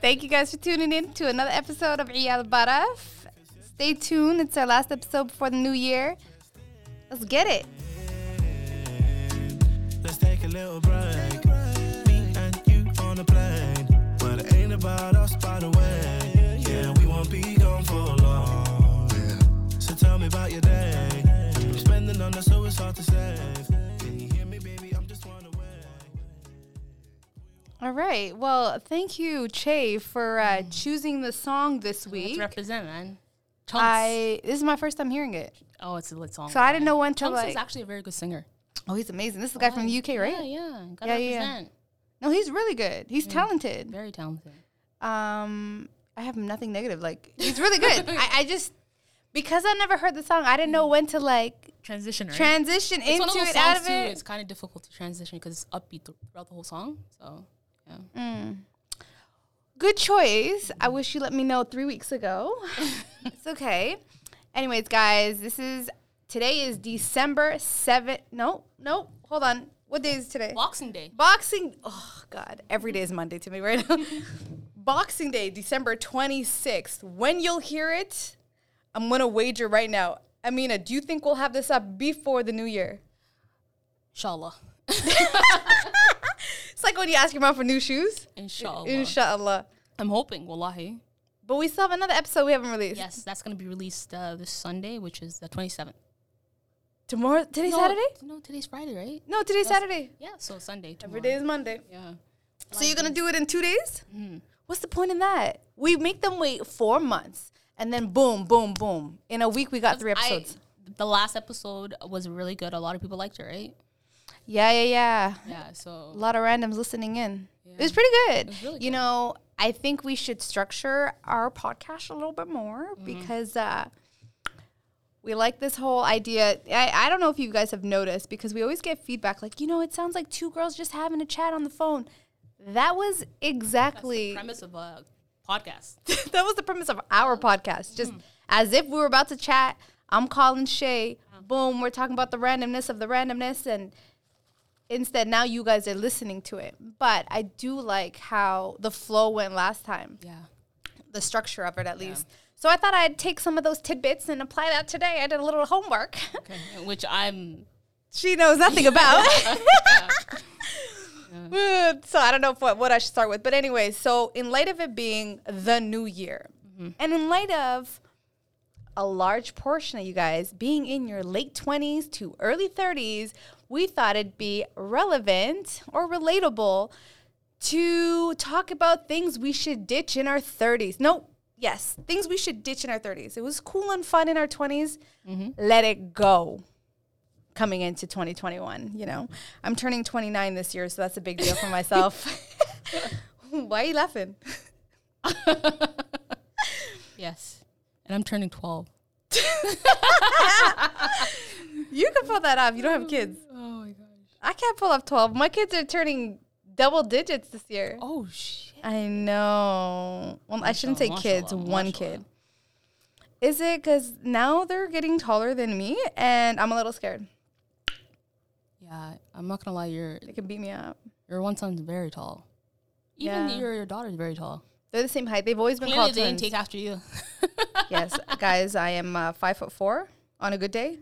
Thank you guys for tuning in to another episode of Iyal Baraf. Stay tuned. It's our last episode before the new year. Let's get it. Let's take a little break. Me and you on a plane, but it ain't about us, by the way. Yeah, we won't be gone for long. So tell me about your day. I'm spending on us, so it's hard to save. Can you hear me, baby? I'm just one away. All right. Well, thank you, Che, for uh, choosing the song this week. Let's represent, man. Chunks. I this is my first time hearing it, oh, it's a lit song. so I didn't know when to Chunks like. is actually a very good singer. oh, he's amazing. This is a guy from the UK, right? Yeah, Mm. yeah. Gotta Yeah, yeah, yeah. represent. No, he's really good. He's talented. Very talented. Um, I have nothing negative. Like he's really good. I, I just because I never heard the song, I didn't know when to like Transition, right? transition it's into one of those it songs out of too. it. It's kind of difficult to transition because it's upbeat th- throughout the whole song. So yeah, Mm. Good choice. I wish you let me know three weeks ago. it's okay. Anyways, guys, this is today is December seventh. No, no, hold on. What day is today? Boxing Day. Boxing. Oh God, every day is Monday to me right now. Boxing Day, December twenty sixth. When you'll hear it, I'm gonna wager right now. Amina, do you think we'll have this up before the new year? Inshallah. It's like when you ask your mom for new shoes. Inshallah. Inshallah. I'm hoping. Wallahi. But we still have another episode we haven't released. Yes, that's gonna be released uh, this Sunday, which is the 27th. Tomorrow, today's No, Saturday. No, today's Friday, right? No, today's Saturday. Yeah, so Sunday. Every tomorrow. day is Monday. Yeah. So you're gonna do it in two days? What's the point in that? We make them wait four months, and then boom, boom, boom. In a week, we got three I- episodes. the last episode was really good. A lot of people liked it, right? yeah, yeah, yeah. Yeah. A So lot of randoms listening in. It was pretty good. really you know, I think we should structure our podcast a little bit more because uh, we like this whole idea. I, I don't know if you guys have noticed because we always get feedback like, you know, it sounds like two girls just having a chat on the phone. That was exactly premise of a podcast. that was the premise of our podcast. Just as if we were about to chat. I'm calling Shay. Boom, we're talking about the randomness of the randomness, and instead now you guys are listening to it. But I do like how the flow went last time, Yeah. the structure of it at least. So I thought I'd take some of those tidbits and apply that today. I did a little homework. Which I'm she knows nothing about. Uh, so I don't know if what, what I should start with. But anyway, so in light of it being the new year, and in light of a large portion of you guys being in your late 20s to early 30s, we thought it'd be relevant or relatable to talk about things we should ditch in our 30s. No, yes, things we should ditch in our 30s. It was cool and fun in our 20s. Let it go coming into 2021 you know i'm turning 29 this year so that's a big deal for myself why are you laughing yes, and I'm turning 12. you can pull that off you don't have kids Oh my gosh. i can't pull off 12 my kids are turning double digits this year Oh shit. i know well i shouldn't say Mashallah, kids mashallah, one mashallah. kid is it because now they're getting taller than me and i'm a little scared Yeah, I'm not gonna lie. Your they can beat me up your one son's very tall. Even Yeah. your your daughter's very tall. they're the same height they've always been Clearly, called they didn't twins. take after you. yes, guys, I am uh, five foot four on a good day,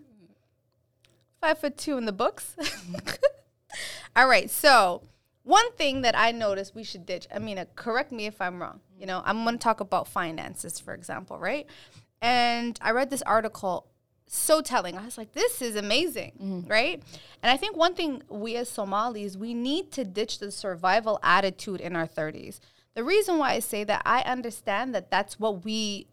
five foot two in the books. All right, so one thing that I noticed we should ditch. I mean, uh, correct me if I'm wrong. You know, I'm going to talk about finances, for example, right? And I read this article. So telling. I was like, this is amazing, right? And I think one thing we as Somalis, we need to ditch the survival attitude in our 30s. The reason why I say that, I understand that that's what we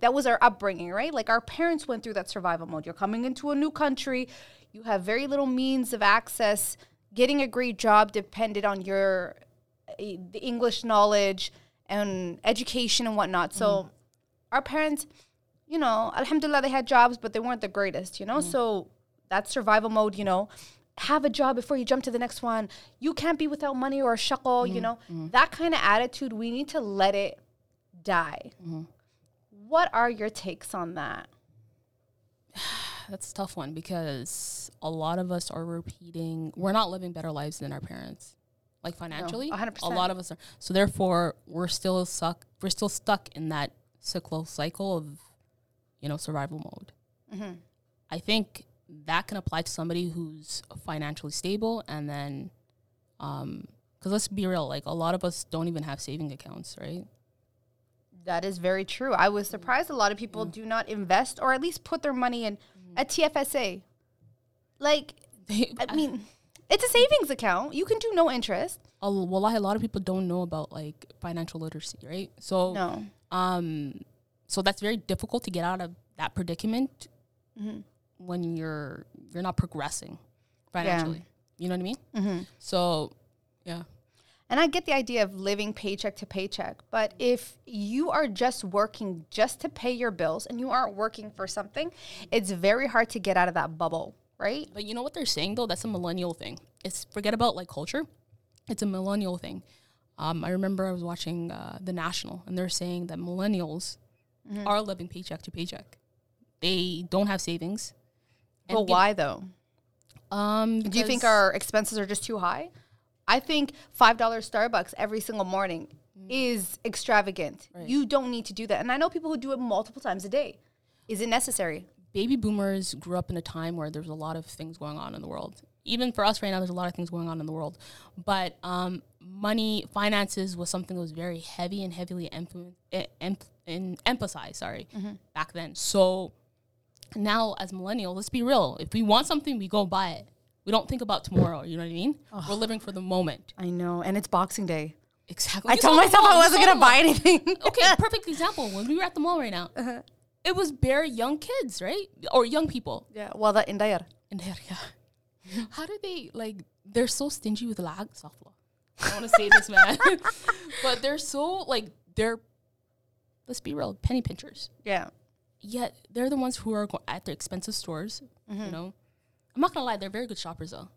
that was our upbringing, right? Like our parents went through that survival mode. You're coming into a new country, you have very little means of access. Getting a great job depended on your eh, the English knowledge and education and whatnot. So our parents, you know, alhamdulillah, they had jobs, but they weren't the greatest, you know? So that's survival mode, you know. Have a job before you jump to the next one. You can't be without money or a shakal, you know? That kind of attitude, we need to let it die. What are your takes on that? That's a tough one because a lot of us are repeating. We're not living better lives than our parents. like financially. 100%. A lot of us are. So therefore, we're still suck. We're still stuck in that cyclical cycle of, you know, survival mode. I think that can apply to somebody who's financially stable, and then, um, because let's be real, like a lot of us don't even have saving accounts, right? That is very true. I was surprised a lot of people do not invest or at least put their money in a TFSA. Like, I mean, it's a savings account. You can do no interest. a, well, a lot of people don't know about like financial literacy, right? So No. um so that's very difficult to get out of that predicament Mm-hmm. when you're you're not progressing financially you know what i mean Mm-hmm. so yeah And I get the idea of living paycheck to paycheck, but if you are just working just to pay your bills and you aren't working for something, it's very hard to get out of that bubble, right? but you know what they're saying though that's a millennial thing it's forget about like culture it's a millennial thing um, i remember i was watching uh, the national and they're saying that millennials Mm-hmm. are living paycheck to paycheck they don't have savings And But give- why though? um Do you think because- our expenses are just too high? I think $5 Starbucks every single morning is extravagant. You don't need to do that. And I know people who do it multiple times a day. Is it necessary? baby boomers grew up in a time where there's a lot of things going on in the world. Even for us right now, there's a lot of things going on in the world. But um, money, finances was something that was very heavy and heavily influ- eh, em- in, emphasized, sorry, Mm-hmm. back then. So now as millennials, let's be real. If we want something, we go buy it. We don't think about tomorrow, you know what I mean? We're living for the moment. I know. And it's Boxing Day. Exactly. I You told saw the myself mall, I you wasn't saw going the to mall buy anything. okay, perfect example. When we were at the mall right now, Uh-huh. it was very young kids, right? Or young people. yeah. Well, that in Dayar. in there, yeah. How do they like? They're so stingy with lag. Safla. I want to say this, man, but they're so like they're. Let's be real, penny pinchers. Yeah. Yet they're the ones who are go- at the expensive stores. Mm-hmm. You know, I'm not gonna lie, they're very good shoppers though.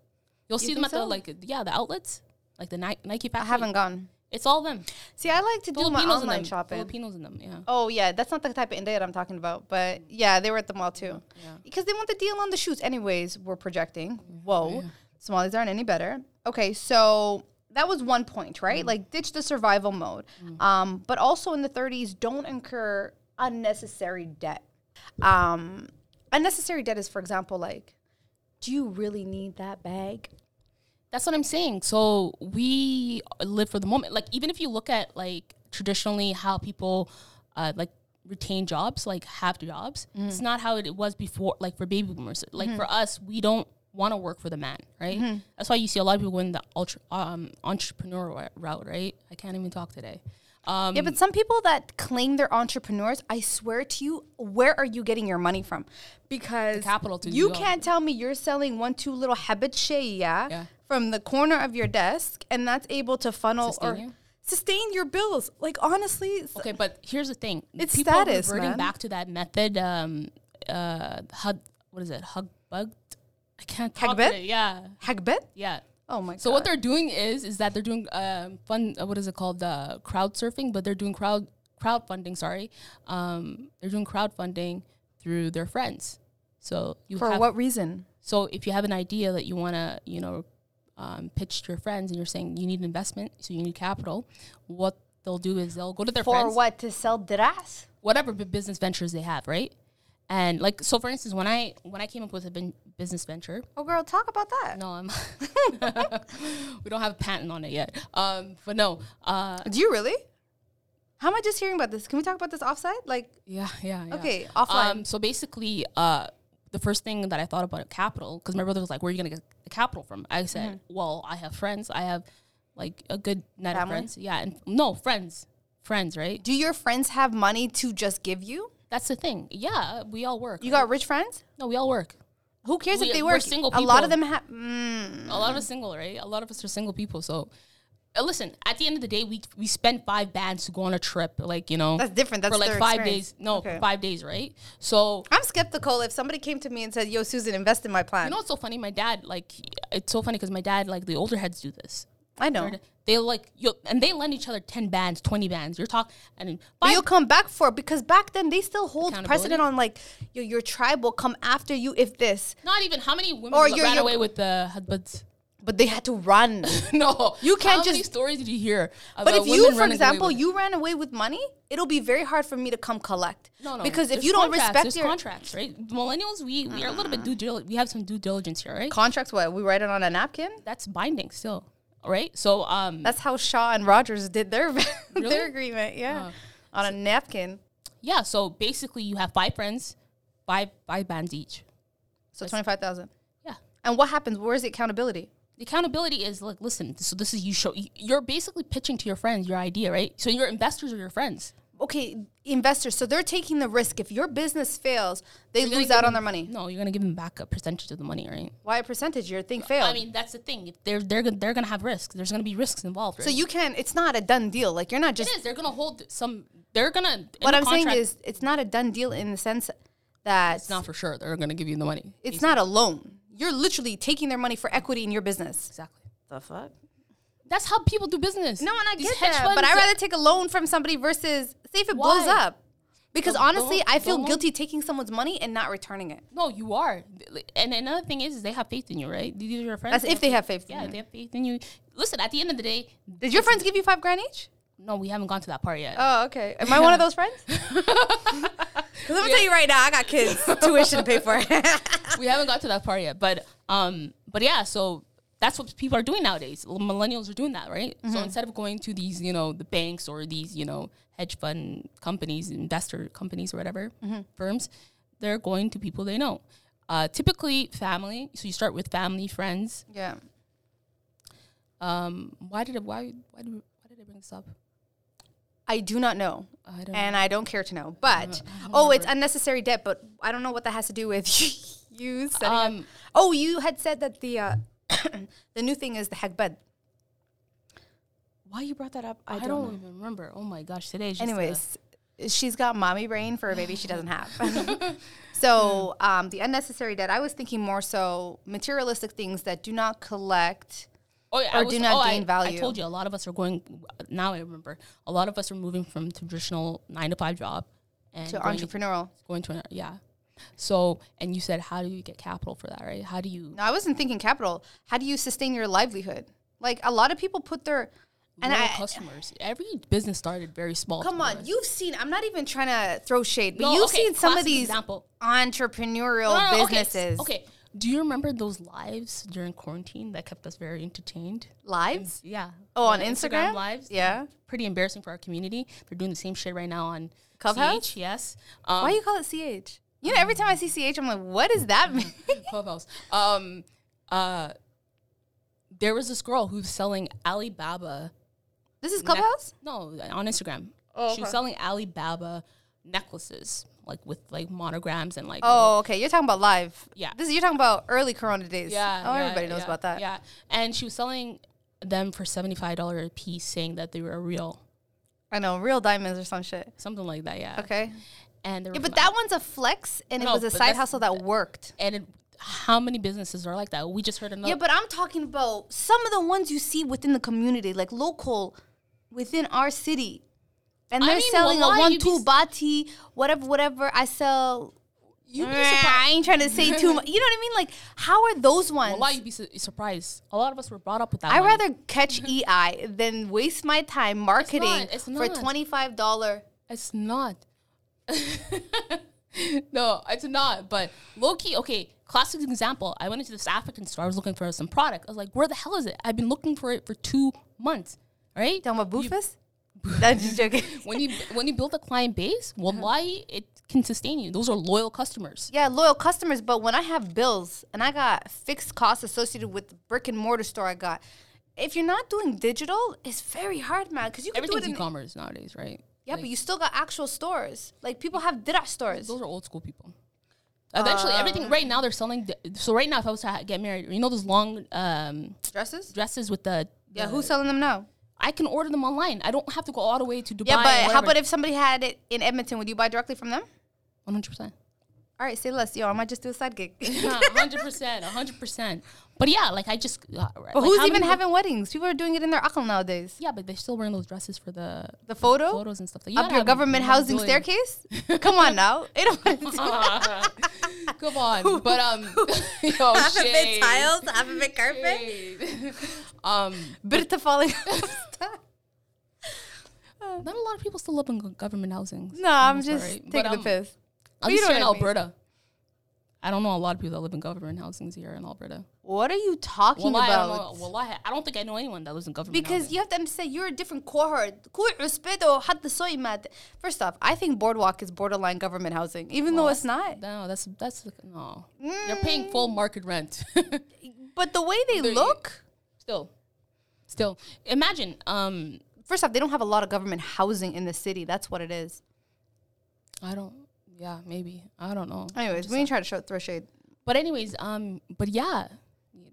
You'll see them think at the so? like yeah the outlets like the Ni- Nike I factory. haven't gone. It's all them. See, I like to do my Filipinos in them. online shopping. Filipinos in them. Yeah. Oh yeah, that's not the type of India that I'm talking about. But yeah, they were at the mall too, because they want the deal on the shoes. Anyways, we're projecting. Whoa, Somalis aren't any better. Okay, so that was one point, right? Like ditch the survival mode, um, but also in the 30s, don't incur unnecessary debt. Um, unnecessary debt is, for example, like, do you really need that bag? That's what I'm saying. So we live for the moment. Like even if you look at like traditionally how people uh, like retain jobs, like have jobs, Mm. it's not how it was before. Like for baby boomers, like Mm-hmm. for us, we don't want to work for the man, right? That's why you see a lot of people going the ultra, um, entrepreneur wa- route, right? I can't even talk today. Um, Yeah, but some people that claim they're entrepreneurs, I swear to you, where are you getting your money from? Because capital to you do it. can't tell me you're selling one, two little habit Yeah. from the corner of your desk, and that's able to funnel or Sustain you? sustain your bills. Like honestly, it's- Okay, but here's the thing: It's people are status, reverting man. back to that method. Um, uh, hug, what is it? Hug bugged. I can't talk. Hagbit? today. Yeah, Hagbet. yeah. Oh my god. So what they're doing is is that they're doing um, fun. Uh, what is it called? Uh, crowd surfing, but they're doing crowd crowdfunding. Sorry, um, they're doing crowdfunding through their friends. So you for have, what reason? so if you have an idea that you want to you know um, pitch to your friends and you're saying you need investment, so you need capital, what they'll do is they'll go to their For friends what to sell dress? whatever bu- business ventures they have, right? And like so, for instance, when I when I came up with a ben- business venture, Oh girl, talk about that. no, I'm we don't have a patent on it yet. Um, but no, uh, Do you really? How am I just hearing about this? Can we talk about this offside? Like yeah, yeah, yeah. Okay, offline. Um, so basically, uh, the first thing that I thought about capital, because my brother was like, "Where are you gonna get the capital from?" I said, "Well, I have friends. I have like a good net Mm-hmm. of Family? friends. Yeah, and no friends, friends, right? do your friends have money to just give you? That's the thing. Yeah, we all work. You got rich friends? no, we all work. Who cares We- if they we're work? single A lot people. of them have. Mm, A lot of us single, right? A lot of us are single people. So, uh, listen, at the end of the day, we we spent five bands to go on a trip, like you know, That's different. That's for like their five experience. days. No, Okay. five days, right? So. I'm skeptical if somebody came to me and said, "Yo, Susan, invest in my plan." You know what's so funny? My dad, like, he- it's so funny because my dad, like, the older heads do this. I know. They like, yo, and they lend each other ten bands, twenty bands. You're talking, and But five, you'll come back for it because back then they still hold Accountability? precedent on like, yo, your tribe will come after you if this. not even how many women Or ran you're- you're- away with the husbands? but they had to run. no, You can't How many just- stories did you hear? But about if you, women for running away example, with- you ran away with money, it'll be very hard for me to come collect. No, no. Because if there's you don't contracts, respect there's your contracts, right? Millennials, we we are a little bit due dil- we have some due diligence here, right? contracts, what we write it on a napkin. That's binding still, right? So um, That's how Shaw and Rogers did their Really? their agreement. Yeah, on a napkin. uh, yeah. So basically, you have five friends, five five bands each. So twenty five thousand. Yeah. And what happens? Where's the accountability? The accountability is like, listen. So this is you show. You're basically pitching to your friends your idea, right? So your investors are your friends. Okay, investors. So they're taking the risk. If your business fails, they You're gonna lose give out on their them- money. No, you're gonna give them back a percentage of the money, right? Why a percentage? Your thing failed. I mean, that's the thing. If they're they're gonna- they're gonna have risks. There's gonna be risks involved. Right? so you can't. It's not a done deal. Like you're not just. it is. They're gonna hold some. They're gonna. in What the I'm contract, saying is, it's not a done deal in the sense that it's not for sure. They're gonna give you the money. It's not a loan. You're literally taking their money for equity in your business. Exactly. The fuck? That's how people do business. No, and I These get hedge that, but funds I'd that- rather take a loan from somebody versus say if it Why? blows up. Because The- the honestly, loan- I the feel loan- guilty taking someone's money and not returning it. No, you are. And another thing is, is they have faith in you, right? These are your friends. That's if they have faith. Yeah, Yeah. they have faith in you. Listen, at the end of the day, Did your friends give you five grand each? no, we haven't gone to that part yet. Oh, okay. Am I one of those friends? Because I'm gonna tell you right now, I got kids, tuition to pay for. we haven't got to that part yet. But um, but yeah, so that's what people are doing nowadays. Well, Millennials are doing that, right? Mm-hmm. So instead of going to these, you know, the banks or these, you know, hedge fund companies, investor companies or whatever Mm-hmm. firms, they're going to people they know. Uh, typically family. So you start with family, friends. yeah. Um, why did I, why why did, why did I bring this up? I do not know. I don't and I don't care to know. But oh, it's unnecessary debt. But I don't know what that has to do with you. Setting up- Um, Oh, you had said that the uh, the new thing is the heck bed. Why you brought that up? I, don't, even remember. Oh my gosh, today. Is just a- Anyways, she's got mommy brain for a baby she doesn't have. so um, the unnecessary debt. I was thinking more so materialistic things that do not collect. oh, yeah, I or do not I- gain I value. told you a lot of us are going. Now I remember. A lot of us are moving from traditional nine to five job and To going, entrepreneurial. going to an, yeah. So and you said, how do you get capital for that? Right? How do you? No, I wasn't thinking capital. How do you sustain your livelihood? Like a lot of people put their and grow I, customers. Every business started very small. to Come begin on, with. you've seen. I'm not even trying to throw shade, but No, you've okay, seen some of classic these example. entrepreneurial No, no, no, okay, s- businesses. Okay. Do you remember those lives during quarantine that kept us very entertained? lives. Yeah. Oh, on Instagram? lives. Yeah. Pretty embarrassing for our community. They're doing the same shit right now on Clubhouse? CH, yes. Um, Why you call it ch? You know, every time I see ch, I'm like, what does that mean? Clubhouse. Um, uh, there was this girl who's selling Alibaba. this is nec- Clubhouse. no, on Instagram. Oh, She was okay. selling Alibaba necklaces, like with like monograms and like. Oh, okay. You're talking about live. Yeah. This is you're talking about early Corona days. Yeah. Oh, yeah, everybody knows yeah, about that. Yeah. And she was selling them for $75 a piece, saying that they were real. I know, real diamonds or some shit. Something like that, yeah. Okay. And they were Yeah, from but that one's a flex, and No, it was a but side that's- hustle that worked. and it, how many businesses are like that? We just heard another. Yeah, but I'm talking about some of the ones you see within the community, like local, within our city, and I they're mean, selling a wallah, one you be two s- bati, whatever, whatever. I sell. you'd be I surprised. ain't trying to say too much. You know what I mean? Like, how are those A ones? lot you'd be su- surprised. A lot of us were brought up with that. I money. rather catch EI than waste my time marketing it's for not. twenty five dollar. It's not. no, it's not. But Loki, okay, classic example. I went into this African store. I was looking for some product. I was like, where the hell is it? I've been looking for it for two months. Right? Talking about Bufus? I'm just joking. When you when you build a client base, Uh-huh. well, why it can sustain you. Those are loyal customers. Yeah, loyal customers, but when I have bills and I got fixed costs associated with the brick and mortar store I got, if you're not doing digital, it's very hard, man. Because you can do Everything's it in e-commerce nowadays, right? yeah, but you still got actual stores. Like people have dira stores. Those are old school people. Eventually, Uh, everything right now they're selling. the- so right now, if I was to ha- get married, you know those long um, Dresses? dresses with the Yeah, the- who's selling them now? I can order them online. I don't have to go all the way to Dubai. Yeah, but how whatever. about if somebody had it in Edmonton? Would you buy directly from them? 100%. All right, say less. Yo, I might just do a side gig. hundred percent, hundred percent. But yeah, like I just. Uh, like, But who's how even many- having weddings? People are doing it in their akhl nowadays. Yeah, but they're still wearing those dresses for the The photo? photos and stuff. Like, Up your government housing staircase? Come on now. It Oh, don't Come on, but um, yo, shade. half of it Shade. um, Bit to falling. not a lot of people still live in go- government housing. no, I'm sorry, just but, taking the um, piss. At you least know here in what I mean. Alberta. I don't know a lot of people that live in government housing here in Alberta. What are you talking Well, I don't about? know. Well, I, I don't think I know anyone that lives in government because housing. you have to understand, you're a different cohort. Cool respeto, had the soy mat. First off, I think Boardwalk is borderline government housing, even though it's not. Mm. no, that's that's no. You're paying full market rent. But the way they There you- look, still, still. Imagine. Um, first off, they don't have a lot of government housing in the city. That's what it is. I don't. Yeah, maybe. I don't know. Anyways, we ain't trying to show throw shade. But anyways, um, but yeah,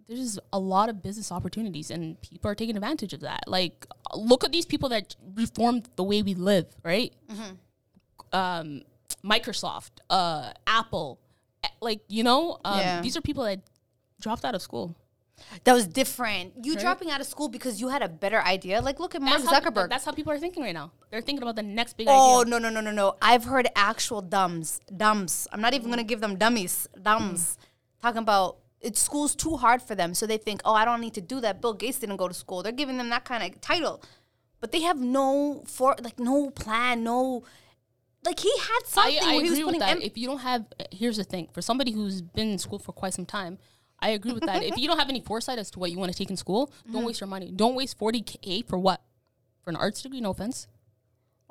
there's a lot of business opportunities, and people are taking advantage of that. Like, look at these people that reformed the way we live, right? Mm-hmm. Um, Microsoft, uh, Apple, eh, like you know, um, Yeah. these are people that dropped out of school. That was different. You Right? dropping out of school because you had a better idea. Like, look at Mark That's how pe- Zuckerberg. that's how people are thinking right now. They're thinking about the next big oh idea. no no no no no! I've heard actual dumbs, dumbs. I'm not even gonna give them dummies, dumbs. Talking about it, school's too hard for them, so they think, oh, I don't need to do that. Bill Gates didn't go to school. They're giving them that kind of title, but they have no for like no plan, no. Like he had something I, I where he was agree with putting that. em- if you don't have, uh, here's the thing: for somebody who's been in school for quite some time, I agree with that. if you don't have any foresight as to what you want to take in school, Mm-hmm. don't waste your money. Don't waste forty k for what? For an arts degree? No offense.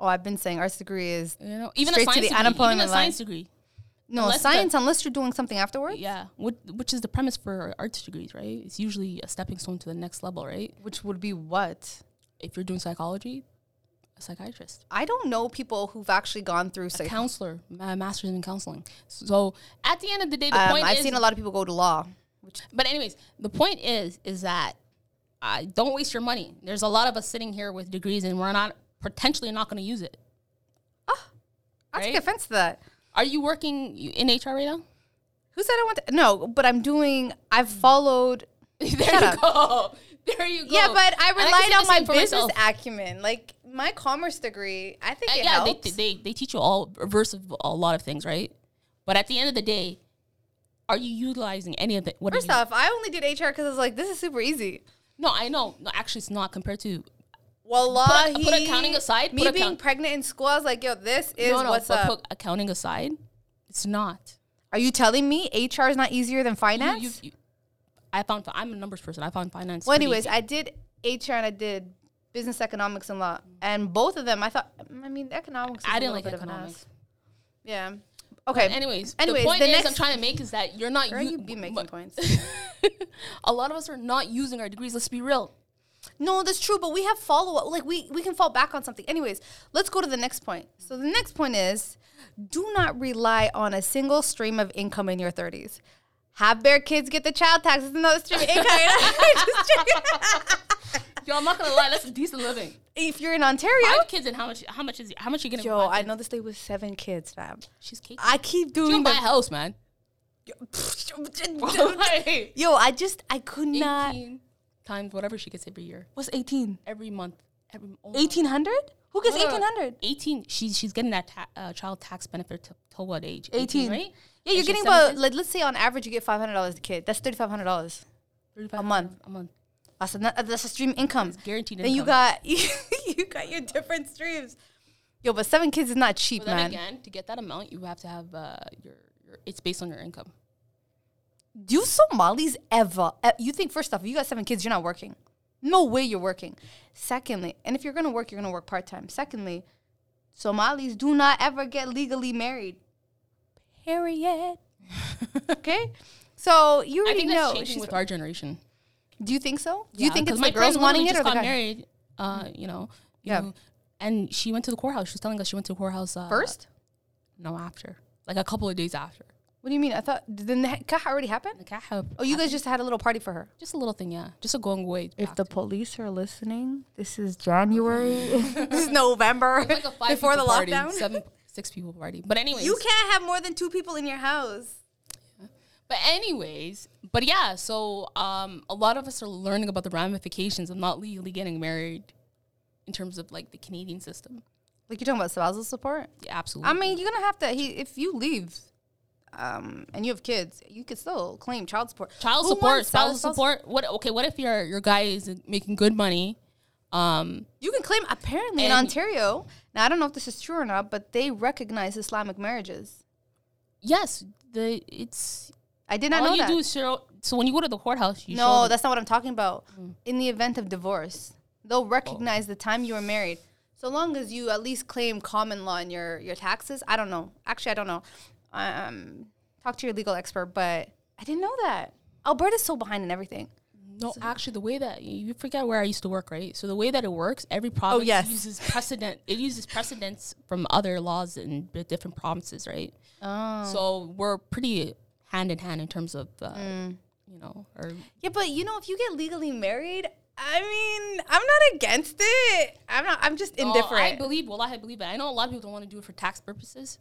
oh, I've been saying arts degree is You know, even Straight a to science the degree. Even a unemployment line. science degree. no Unless the- science unless you're doing something afterwards. Yeah, what, which is the premise for arts degrees, right? It's usually a stepping stone to the next level, right? Which would be what? If you're doing psychology, a psychiatrist. I don't know people who've actually gone through. Psych- counselor, ma- master's in counseling. So at the end of the day, the um, point I've is. seen a lot of people go to law. but anyways, the point is, is that uh, don't waste your money. There's a lot of us sitting here with degrees, and we're not potentially not going to use it. I take Right? offense to that. Are you working you- in HR right now? Who said I want to? No, but I'm doing. I've followed. there Shut you up. go. There you go. Yeah, but I And can relied say the on my same for business myself. acumen, like my commerce degree. I think Uh, it yeah, they, helps. they they teach you all a verse of a lot of things, right? But at the end of the day, are you utilizing any of the what? are First you- off, I only did HR because I was like, this is super easy. no, I know. No, actually, it's not compared to Wallahi. put accounting aside, Me put being account- pregnant in school, I was like, yo, this is no, no. what's but up. put accounting aside, it's not. Are you telling me HR is not easier than You- finance? you- you- I found. I'm a numbers person. I found finance. well, pretty anyways, easy. I did HR and I did business economics and law, and both of them, I thought. mm, I mean, economics. Is I a didn't little like bit of an economics. ass. Yeah. Okay. Anyways, Anyways, the point the is next- I'm trying to make is that you're not. Girl, u- you be making but- points. a lot of us are not using our degrees. Let's be real. No, that's true, but we have follow up. Like we we can fall back on something. Anyways, let's go to the next point. So the next point is do not rely on a single stream of income in your 30s. Have their kids get the child tax is another stream of income. Just joking. Yo, I'm not gonna lie. That's a decent living. if you're in Ontario, Five kids and how much? How much is? How much you gonna? yo, I buy? know this lady with seven kids, fam. She's cake. I keep She doing owned my the house, man. Like, Yo, I just I could not. 18 times whatever she gets every year, What's 18? every month, every. oh my- 1800? Who gets No, no, no. 1800? 18 she's she's getting that ta- uh, child tax benefit to, till what age 18. right Yeah, you're getting about like let's say on average you get five hundred dollars a kid. That's thirty five hundred dollars. a month. a month That's a, uh, that's a stream income. guaranteed Then you income. got you got your different streams. Yo, but seven kids is not cheap, but then man. again to get that amount you have to have uh, your, your it's based on your income Do you Somalis ever? eh, You think first off, if you got seven kids, you're not working. No way you're working. Secondly, and if you're gonna work, you're gonna work part time. Secondly, Somalis do not ever get legally married. Period. okay, so you i already think that's know. changing she's- with our generation do you think so? Do you think 'cause it's my the girls friend wanting literally it just or the got guy? married uh, you know you Yeah. know, and she went to the courthouse she was telling us she went to the courthouse uh, First, no after like a couple of days after what do you mean? I thought did the nikah already happened. like i have Oh, you guys just had a little party for her. just a little thing yeah just a going away If act. the police are listening, this is January. this is November like a five before the people party, lockdown. seven six people party. But anyways, You can't have more than two people in your house. But anyways, but yeah, so um, a lot of us are learning about the ramifications of not legally getting married in terms of like the Canadian system. Like you're talking about spousal support. Yeah, absolutely. I mean, you're gonna have to. He, if you leave, um, and you have kids, you could still claim child support. child Who support, wants child spousal support. What okay, what if your your guy is making good money? Um, You can claim. Apparently, in And- Ontario, now I don't know if this is true or not, but they recognize Islamic marriages. yes, the it's I did not all know you that. do is show, so when you go to the courthouse, you no, show them- Mm. that's not what I'm talking about. In the event of divorce, Oh. they'll recognize the time you were married, so long as you at least claim common law in your your taxes. I don't know. Actually, I don't know. Um, talk to your legal expert, but I didn't know that. Alberta's so behind in everything. no. Actually, the way that you forget where I used to work, right? So the way that it works, every province Oh, yes. uses precedent. It uses precedents from other laws in the different provinces, right? Oh. So we're pretty hand in hand in terms of, uh, Mm. you know, or Yeah, but you know, if you get legally married, I mean, I'm not against it. I'm not. I'm just I indifferent. believe, well, I believe it. I know a lot of people don't want to do it for tax purposes.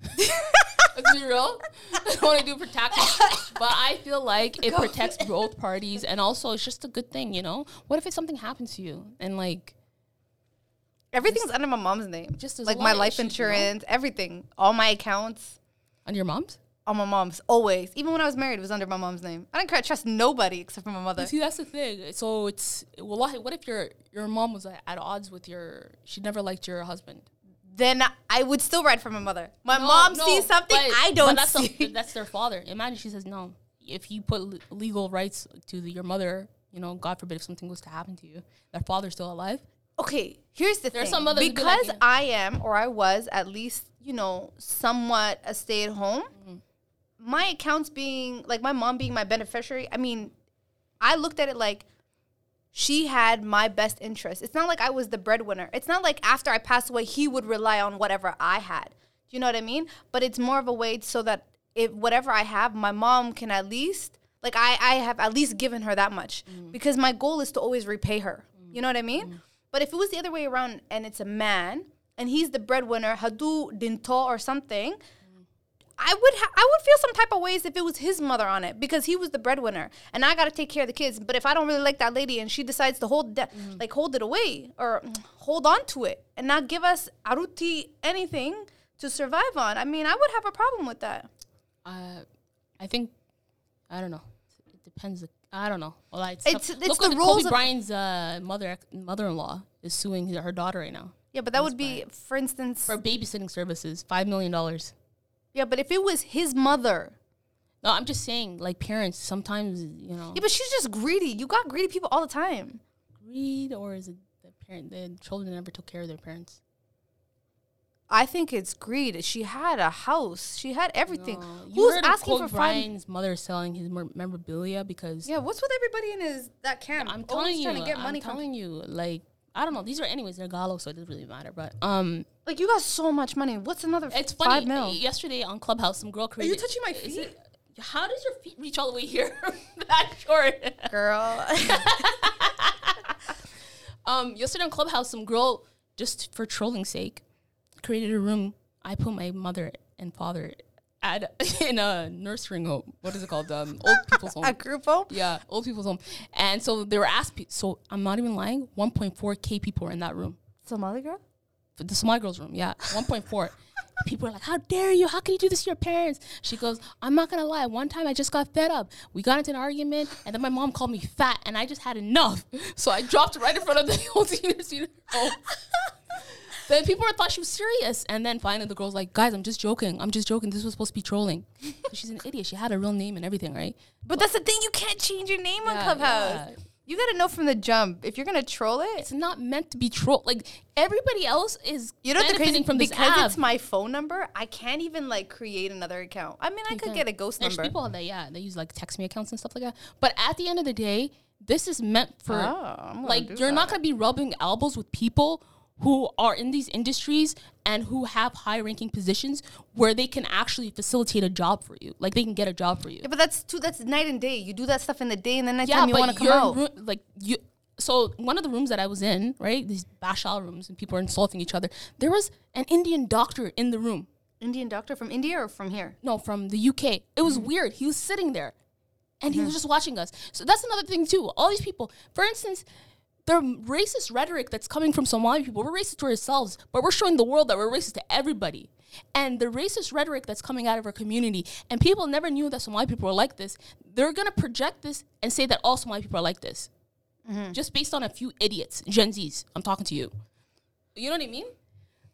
Let's be real. They don't want to do it for tax purposes. But I feel like it protects both parties. And also, it's just a good thing, you know? What if it's something happens to you? And, like, Everything's under my mom's name. Just Just as like a my lot of life issues, you know? insurance, everything, all my accounts, on your mom's? all my mom's. Always, even when I was married, it was under my mom's name. I didn't cr- trust nobody except for my mother. See, that's the thing. So it's, well, what if your, your mom was at, at odds with your, she never liked your husband? Then I would still ride for my mother. My No, mom no, sees something but- I don't but that's see. the- that's their father. Imagine she says no. If you put l- legal rights to the, your mother, you know, God forbid, if something was to happen to you, their father's still alive. okay, here's the There's thing. some mothers who'd be like, because you know- I am or I was at least, you know, somewhat a stay at home. Mm-hmm. My accounts being like my mom being my beneficiary. I mean, I looked at it like she had my best interest. It's not like I was the breadwinner. It's not like after I passed away, he would rely on whatever I had. Do you know what I mean? But it's more of a way so that if whatever I have, my mom can at least like I, I have at least given her that much because my goal is to always repay her. You know what I mean? But if it was the other way around and it's a man and he's the breadwinner, Hadu Dinto or something, I would ha- I would feel some type of ways if it was his mother on it because he was the breadwinner and I got to take care of the kids. But if I don't really like that lady and she decides to hold that Mm-hmm. like hold it away or hold on to it and not give us aruti anything to survive on, I mean I would have a problem with that. Uh, I think, I don't know. It depends. I don't know. Well, it's It's- tough. it's Look the at rules Kobe of- Bryant's uh, mother mother in law is suing her daughter right now Yeah, but that would be, for instance, for babysitting services, five million dollars. yeah. But if it was his mother, No, I'm just saying, like parents sometimes, you know, yeah. But she's just greedy. You got greedy people all the time. greed or is it the parent, the children never took care of their parents. I think it's greed. She had a house. She had everything. No. You Who's heard of asking Kobe for five? Bryant's mother selling his mer- memorabilia because Yeah, what's with everybody in his that camp? I'm Always telling you, trying to get money I'm from telling you, like I don't know. These are anyways they're Gallo, so it doesn't really matter. But um, Like you got so much money. What's another? it's f- funny. Five mil. Yesterday on Clubhouse, some girl created. touching my is feet? it- how does your feet reach all the way here? that short. Girl, Um, yesterday on Clubhouse, some girl just for trolling sake created a room. I put my mother and father at in a nursing home. What is it called? Um, old people's home. a group home. Yeah, old people's home. And so they were asked. Pe- so I'm not even lying. 1.4k people were in that room, Somali girl. the Somali girls' room. Yeah, 1.4. people are like, "How dare you? How can you do this to your parents?" She goes, "I'm not gonna lie. One time I just got fed up. We got into an argument, and then my mom called me fat, and I just had enough. So I dropped it right in front of the old senior senior home." Then people thought she was serious, and then finally the girl's like, "Guys, I'm just joking. I'm just joking. This was supposed to be trolling." 'Cause She's an idiot. She had a real name and everything, right? But that's the thing. You can't change your name on Yeah, Clubhouse. yeah. You gotta know from the jump if you're gonna troll it. it's not meant to be troll. Like everybody else is You know what the crazy benefiting from this because app. it's my phone number. I can't even like create another account. I mean, I could Yeah. get a ghost There's number. people that yeah, they use like text me accounts and stuff like that. But at the end of the day, this is meant for Oh, I'm gonna like do you're not gonna be rubbing elbows with people who are in these industries and who have high ranking positions where they can actually facilitate a job for you. Like they can get a job for you. yeah, but that's too. That's night and day. You do that stuff in the day, and then nighttime Yeah, you but want to come you're out. ru- like you. so one of the rooms that I was in, right, these bashal rooms, and people were insulting each other. There was an Indian doctor in the room. Indian doctor from India or from here? No, from the UK. It was Mm-hmm. weird. He was sitting there, and he was just watching us. So that's another thing too. All these people, for instance, the racist rhetoric that's coming from Somali people. We're racist to ourselves, but we're showing the world that we're racist to everybody. And the racist rhetoric that's coming out of our community, and people never knew that Somali people were like this. They're gonna project this and say that all Somali people are like this Mm-hmm. just based on a few idiots, Gen Zs. I'm talking to you. You know what I mean?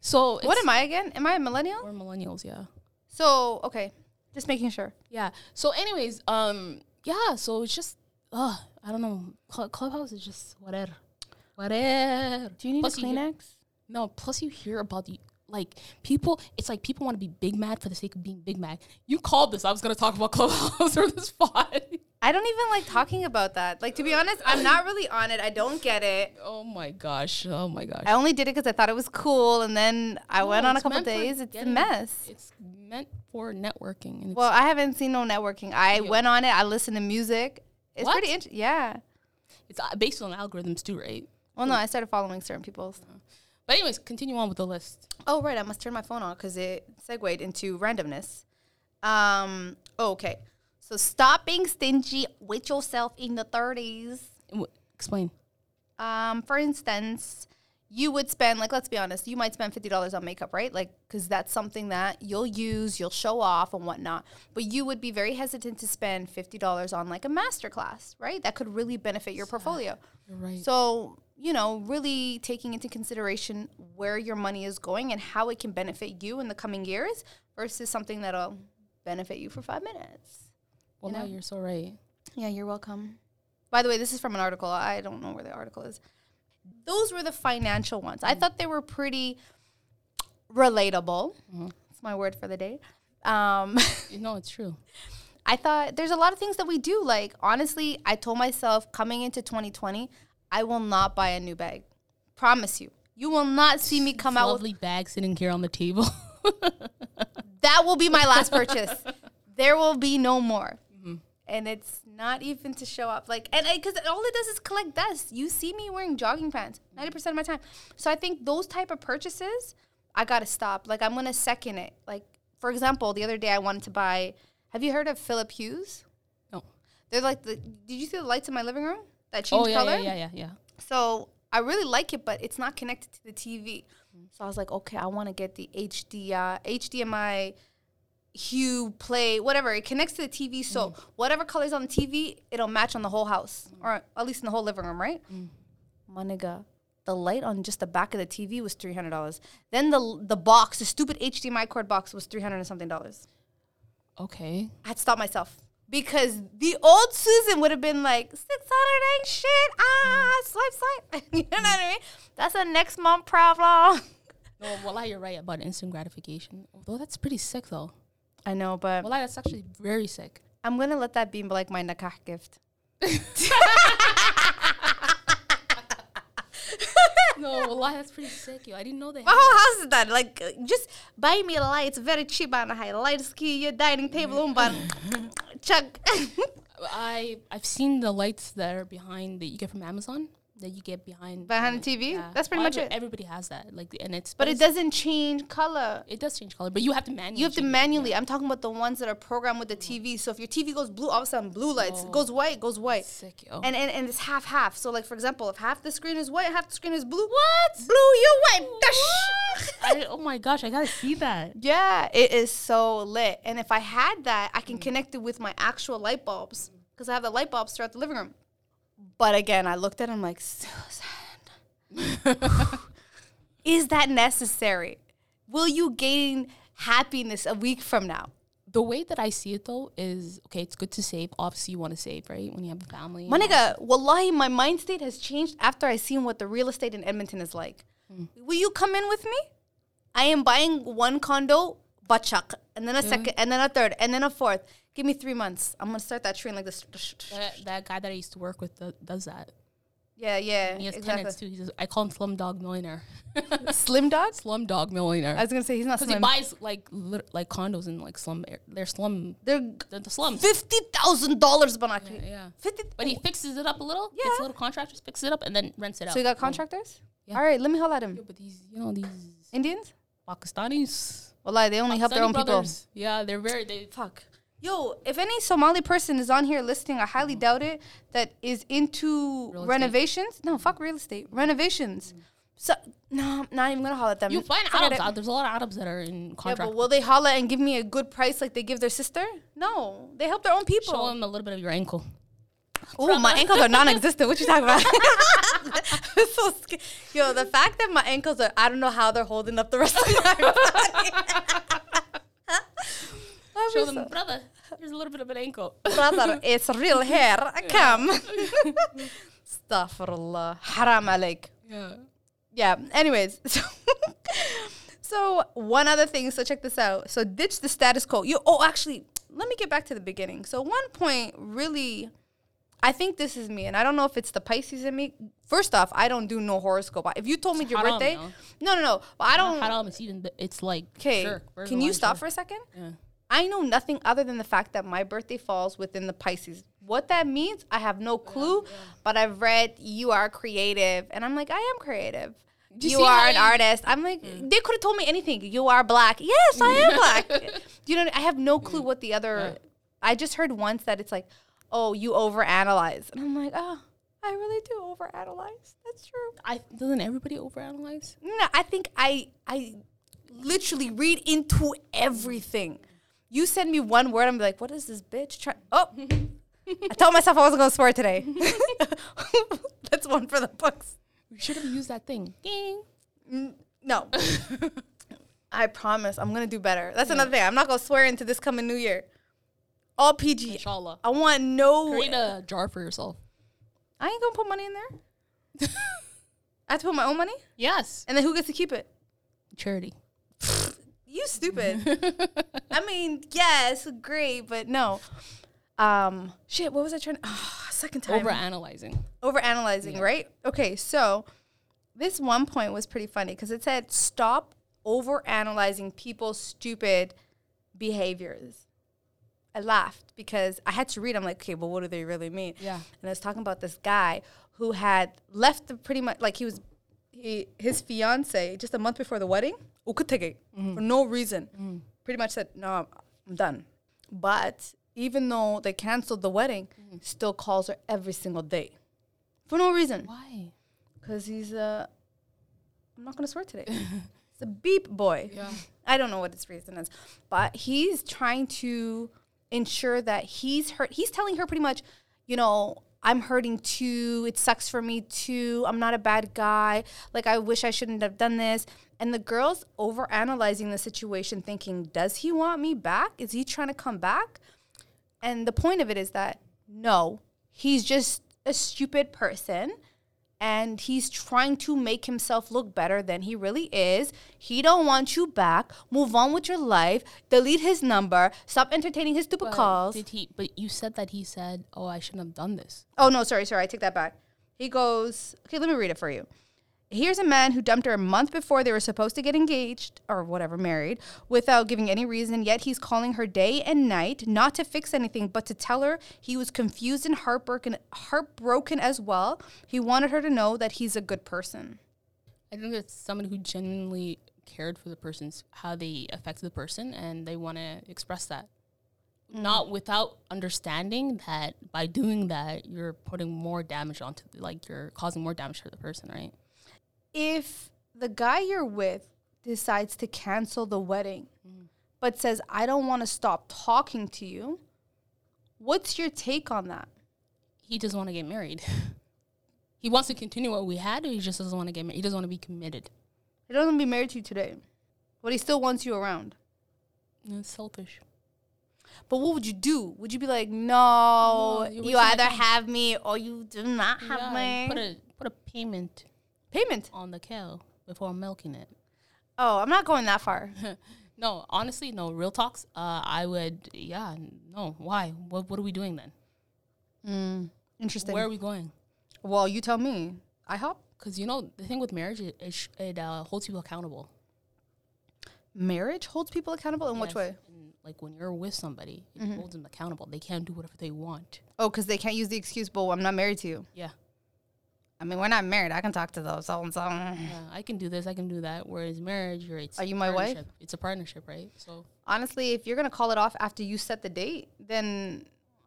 So What am I again? Am I a millennial? We're millennials, yeah, So okay, just making sure. yeah. So, anyways, um, yeah. So it's just, uh, I don't know. Cl- Clubhouse is just whatever, whatever. Do you need Plus a hear- Kleenex? no. Plus, you hear about the like people. It's like people want to be Big Mad for the sake of being Big Mad. You called this. I was gonna talk about Clubhouse or this spot. I don't even like talking about that. Like to be honest, I'm not really on it. I don't get it. oh my gosh. Oh my gosh. I only did it because I thought it was cool, and then I went No, on a it's couple meant for days. It's a getting- mess. It's meant for networking. And Well, I haven't seen no networking. I went on it. I listened to music. It's What? pretty interesting. Yeah. it's, it's uh, based on algorithms too, right? Well, no, I started following certain people's. But anyways, continue on with the list. Oh, right. I must turn my phone on because it segued into randomness. Um. Okay. So stop being stingy with yourself in the 30s. W- Explain. Um, for instance, you would spend like let's be honest, you might spend fifty dollars on makeup, right? Like because that's something that you'll use, you'll show off and whatnot. But you would be very hesitant to spend fifty dollars on like a masterclass, right? That could really benefit your portfolio. right. So you know, really taking into consideration where your money is going and how it can benefit you in the coming years versus something that'll benefit you for five minutes. Well, you now know? you're so right. Yeah, you're welcome. By the way, this is from an article. I don't know where the article is. Those were the financial ones. I thought they were pretty relatable. That's my word for the day. Um, You know, it's true. I thought there's a lot of things that we do. Like, honestly, I told myself coming into 2020, I will not buy a new bag. Promise you. You will not see me come out with Lovely bag sitting here on the table. that will be my last purchase. There will be no more. Mm-hmm. And it's not even to show up. Like, and because all it does is collect dust. You see me wearing jogging pants 90% of my time. So I think those type of purchases, I got to stop. Like, I'm going to second it. Like, for example, the other day I wanted to buy, have you heard of Philip Hughes? no. They're like, the, did you see the lights in my living room that change Oh yeah, color? yeah, yeah, yeah, yeah. So I really like it, but it's not connected to the TV. So I was like, okay, I want to get the HD, uh, HDMI hue play, whatever. It connects to the TV. So whatever color's on the TV, it'll match on the whole house, or at least in the whole living room, right? My nigga, the light on just the back of the TV was $300. Then the, the box, the stupid HDMI cord box was 300 and something dollars. Okay. I had to stop myself because the old Susan would have been like, 600 ain't shit. Ah, swipe, swipe. you know what I mean? That's a next month problem. No, well, you're right about instant gratification. Although that's pretty sick, though. I know, but Well, that's actually very sick. I'm going to let that be like my nakah gift. No, well, that's pretty sick, yo. I didn't know they. My Had whole house is done. Like, uh, just buy me a light. It's very cheap on a high light ski, your dining table, Mm. um, but chug. I I've seen the lights that are behind that you get from Amazon that you get behind Behind the TV? That's pretty Well, much it. Everybody has that, like, and it's but it doesn't change color. it does change color, but you have to manually. You have to change it. manually. I'm talking about the ones that are programmed with the TV. So if your TV goes blue, all of a sudden blue lights. It goes white, goes white. Sick, yo. and, and and it's half half. So like for example, if half the screen is white, half the screen is blue. What? Blue, you white. Dash. I, oh my gosh, I gotta see that. yeah, it is so lit. And if I had that, I can connect it with my actual light bulbs because I have the light bulbs throughout the living room. But again, I looked at it, I'm like, Susan, is that necessary? Will you gain happiness a week from now? the way that I see it though is okay, it's good to save. Obviously, you want to save, right? When you have a family. My nigga, wallahi, my mind state has changed after I seen what the real estate in Edmonton is like. Hmm. Will you come in with me? I am buying one condo, bachak, and then a second, and then a third, and then a fourth. Give me three months. I'm gonna start that train like this. that, that guy that I used to work with th- does that. Yeah, yeah. He has tenants exactly. too. He says, I call him Slumdog Millionaire. Slim dog? Slumdog Millionaire. I was gonna say he's not Because slim. he buys like lit- like condos in like slum, ar- they're slum, They're they're the slums. fifty thousand dollars, Banaki. yeah. Fifty. But he fixes it up a little. Gets Yeah. a little contractors, fixes it up, and then rents it out. so you got contractors? All right, let me holler at him. But these, you know, these Indians? Pakistanis. Well, they only help their Pakistani own Uh, brothers. Yeah, they're very. They, people. Fuck. Yo, if any Somali person is on here listening, I highly doubt it, that is into Mm. estate. Mm. renovations. No, fuck real estate. Renovations. So, no, I'm not even gonna holler at them. you find Forget Arabs. it. out There's a lot of Arabs that are in Yeah, contract. but will they holler and give me a good price like they give their sister? No, they help their own people. Show them a little bit of your ankle. Oh, my ankles are non-existent. What you talking about? I'm so scared. Yo, the fact that my ankles are—I don't know how they're holding up the rest of my body. I'd be Show so- them, brother. Here's a little bit of an ankle. brother, it's real hair. Come. Astaghfirullah. Haram alaik. Yeah. Yeah. Anyways, so, so one other thing. So check this out. So ditch the status quo. You. Oh, actually, let me get back to the beginning. So one point really, I think this is me, and I don't know if it's the Pisces in me. First off, I don't do no horoscope. If you told me your haram, birthday, no. no, no, no. I don't. Haram is even. It's like. Okay. sure, we're Can the you ones stop who- for a second? Yeah. I know nothing other than the fact that my birthday falls within the Pisces. What that means, I have no clue, but I've read you are creative, and I'm like, I am creative. Do you you see are how an you- Mm. artist. I'm like, they could have told me anything. You are black. Yes, I am black. you know, I have no clue Mm. what the other. I just heard once that it's like, oh, you overanalyze, and I'm like, oh, I really do overanalyze. That's true. I doesn't everybody overanalyze? No, I think I I literally read into everything. You send me one word, I'm like, what is this bitch trying? Oh, I told myself I wasn't gonna swear today. That's one for the books. We should have used that thing. Ding. No, I promise I'm gonna do better. That's another thing. I'm not gonna swear into this coming new year. All PG. Inshallah. I want no. Create a jar for yourself. I ain't gonna put money in there. I have to put my own money, Yes. and then who gets to keep it? Charity. You stupid. I mean, yes, great, but no. Um, shit, what was I trying to? Oh, second time. Overanalyzing. Overanalyzing, right? Okay, so this one point was pretty funny because it said stop overanalyzing people's stupid behaviors. I laughed because I had to read. I'm like, okay, but what do they really mean? Yeah. And I was talking about this guy who had left the pretty much like he was he his fiance just a month before the wedding, ukutege, for no reason. Pretty much said, No, I'm, I'm done. But even though they canceled the wedding, still calls her every single day. For no reason. Why? Because he's a. I'm not going to swear today. it's a beep boy. Yeah. I don't know what his reason is, but he's trying to ensure that he's hurt. He's telling her pretty much, you know, I'm hurting too. It sucks for me too. I'm not a bad guy. Like, I wish I shouldn't have done this. And the girl's overanalyzing the situation, thinking, does he want me back? Is he trying to come back? And the point of it is that no, he's just a stupid person and he's trying to make himself look better than he really is. He don't want you back. Move on with your life. Delete his number. Stop entertaining his stupid calls. Did he? But you said that he said, "Oh, I shouldn't have done this." Oh no, sorry, sorry, I take that back. He goes, okay, let me read it for you. Here's a man who dumped her a month before they were supposed to get engaged or whatever, married, without giving any reason. Yet he's calling her day and night, not to fix anything, but to tell her he was confused and heartbroken, heartbroken as well. He wanted her to know that he's a good person. I think it's someone who genuinely cared for the person's how they affected the person, and they want to express that, not without understanding that by doing that you're putting more damage onto, like you're causing more damage to the person, right? if the guy you're with decides to cancel the wedding but says i don't want to stop talking to you what's your take on that He doesn't want to get married. he wants to continue what we had, or he just doesn't want to get married. He doesn't want to be committed. he doesn't be married to you today but he still wants you around It's selfish. but what would you do would you be like no, No, you're you, wasting my either time." have me or you do not have Yeah, me put a put a payment payment on the cow before milking it. oh i'm not going that far No, honestly, no. Real talks. Uh, I would. Yeah. No. Why? What What are we doing then? Hmm, interesting Where are we going? Well, you tell me. IHOP? Because you know the thing with marriage, it it, sh- it uh, holds people accountable. Marriage holds people accountable in which Yes. way? Mm-hmm. And, like when you're with somebody, it holds them accountable. They can't do whatever they want. Oh, because they can't use the excuse, but I'm not married to you. Yeah. I mean, we're not married. I can talk to those. So and so. yeah, uh, I can do this, I can do that. Whereas marriage, you're it's Are a you my wife? partnership. It's a partnership, right? So Honestly, if you're going to call it off after you set the date, then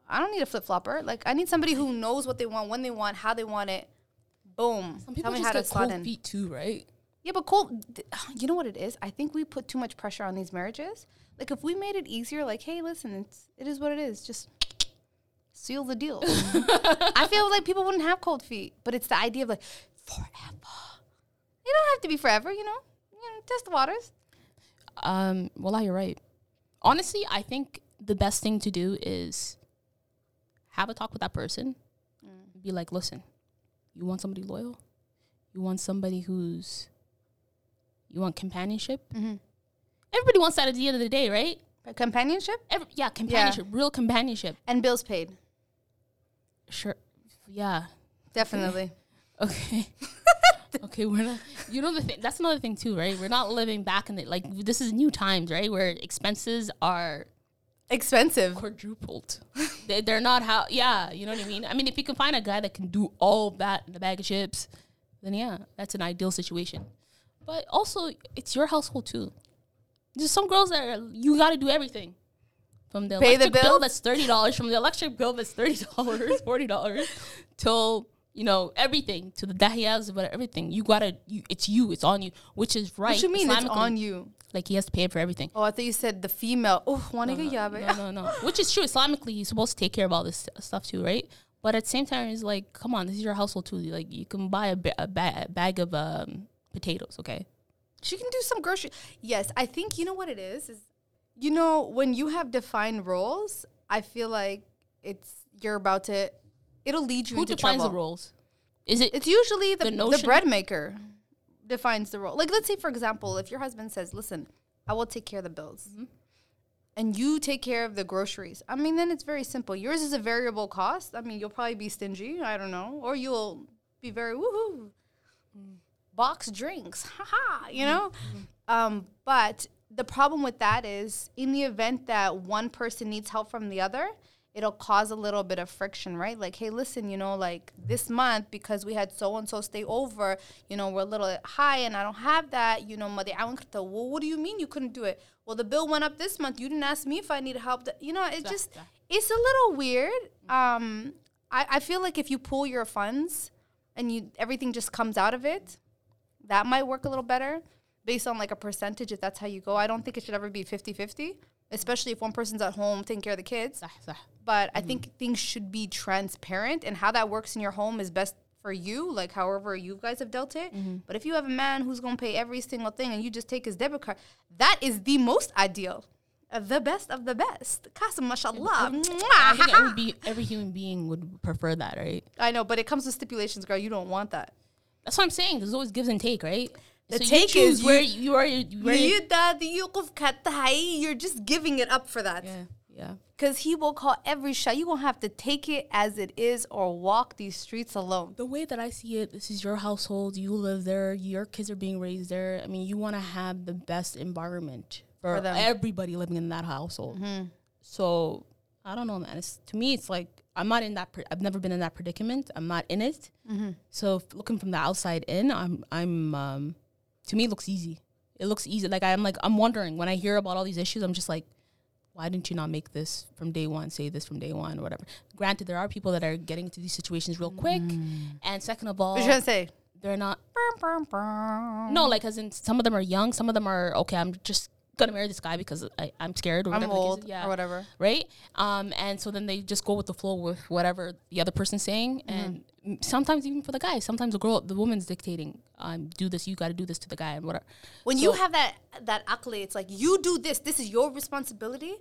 I don't need a flip flopper. Like, I need somebody who knows what they want, when they want, how they want it. Boom. some people just get cold feet too, right? Yeah, but cold. th- You know what it is? I think we put too much pressure on these marriages. Like, if we made it easier, like, hey, listen, it's it is what it is. Just seal the deal. I feel like people wouldn't have cold feet, but it's the idea of like forever. You don't have to be forever, you know. You know, test the waters. Um, well, you're right. Honestly, I think the best thing to do is have a talk with that person. Be like, listen, you want somebody loyal? You want somebody who's you want companionship? Everybody wants that at the end of the day, right? But companionship Every, yeah, companionship, real companionship. and bills paid, Sure. Yeah. definitely. Okay. okay, we're not. You know the thing. That's another thing too, right? We're not living back in the like. This is new times, right? Where expenses are Expensive. quadrupled. they, they're not how. Yeah, you know what I mean. I mean, if you can find a guy that can do all that in a bag of chips, then yeah, that's an ideal situation. But also, it's your household too. There's some girls that are, you got to do everything. From the Pay the electric bill? bills? that's thirty dollars, from the electric bill that's thirty dollars, forty dollars, till you know everything, to the dahiyas, but everything you gotta, you, it's you, it's on you, which is right. What you mean? It's Islamically. on you. Like he has to pay for everything. Oh, I thought you said the female. Oh, wanna get yabe. No, no, no. Which is true. Islamically, you're supposed to take care of all this stuff too, right? But at the same time, it's like, come on, this is your household too. Like, you can buy a, ba- a, ba- a bag of um, potatoes, okay? She can do some grocery. Yes, I think you know what it is. Is you know when you have defined roles, I feel like it's you're about to. It'll lead you Who into defines trouble. the roles? Is it? It's usually the The the, notion- bread maker defines the role. Like let's say for example, if your husband says, "Listen, I will take care of the bills." And you take care of the groceries. I mean, then it's very simple. Yours is a variable cost. I mean, you'll probably be stingy. I don't know, or you'll be very woohoo box drinks. Haha, you know? Um, but the problem with that is in the event that one person needs help from the other, it'll cause a little bit of friction, right? Like, hey, listen, you know, like this month because we had so and so stay over, you know, we're a little high and I don't have that, you know, mother. I went, well, what do you mean you couldn't do it? Well, the bill went up this month. You didn't ask me if I need help. You know, it just it's a little weird. Um, I, I feel like if you pool your funds and you everything just comes out of it, that might work a little better based on like a percentage if that's how you go. I don't think it should ever be 50 50, especially if one person's at home taking care of the kids. Zah, zah. But I Mm-hmm. think things should be transparent and how that works in your home is best for you, like however you guys have dealt it. Mm-hmm. But if you have a man who's gonna pay every single thing and you just take his debit card, that is the most ideal. Uh, The best of the best. Qasim, mashallah. I think every, Mwah. be- every human being would prefer that, right? I know, but it comes with stipulations, girl. You don't want that. That's what I'm saying. There's always gives and take, right? The you take choose is where you- you, are. Where you, You're just giving it up for that. yeah, yeah. Because he will call every shot. You're going to have to take it as it is or walk these streets alone. the way that I see it, this is your household. You live there. Your kids are being raised there. I mean, you want to have the best environment for, For them. Mm-hmm. everybody living in that household. So I don't know, man. It's, to me, it's like I'm not in that. Pre- I've never been in that predicament. I'm not in it. Mm-hmm. So if looking from the outside in, I'm. I'm. Um, to me, it looks easy. It looks easy. Like I'm like I'm wondering when I hear about all these issues. I'm just like, why didn't you not make this from day one? Say this from day one, or whatever. Granted, there are people that are getting into these situations real quick, and second of all, What you trying to say? they're not. Brum, brum, brum. No, like as in some of them are young, some of them are okay. I'm just gonna marry this guy because I, I'm scared or I'm whatever. the case old is. Yeah or whatever. right? Um, and so then they just go with the flow with whatever the other person's saying, Mm-hmm. and m- sometimes even for the guy, sometimes the girl, the woman's dictating, um, do this, you got to do this to the guy, and whatever. When you So- have that, that accolade, it's like, you do this, this is your responsibility.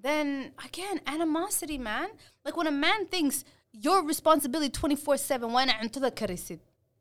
Then again, animosity, man. Like when a man thinks your responsibility 24 7,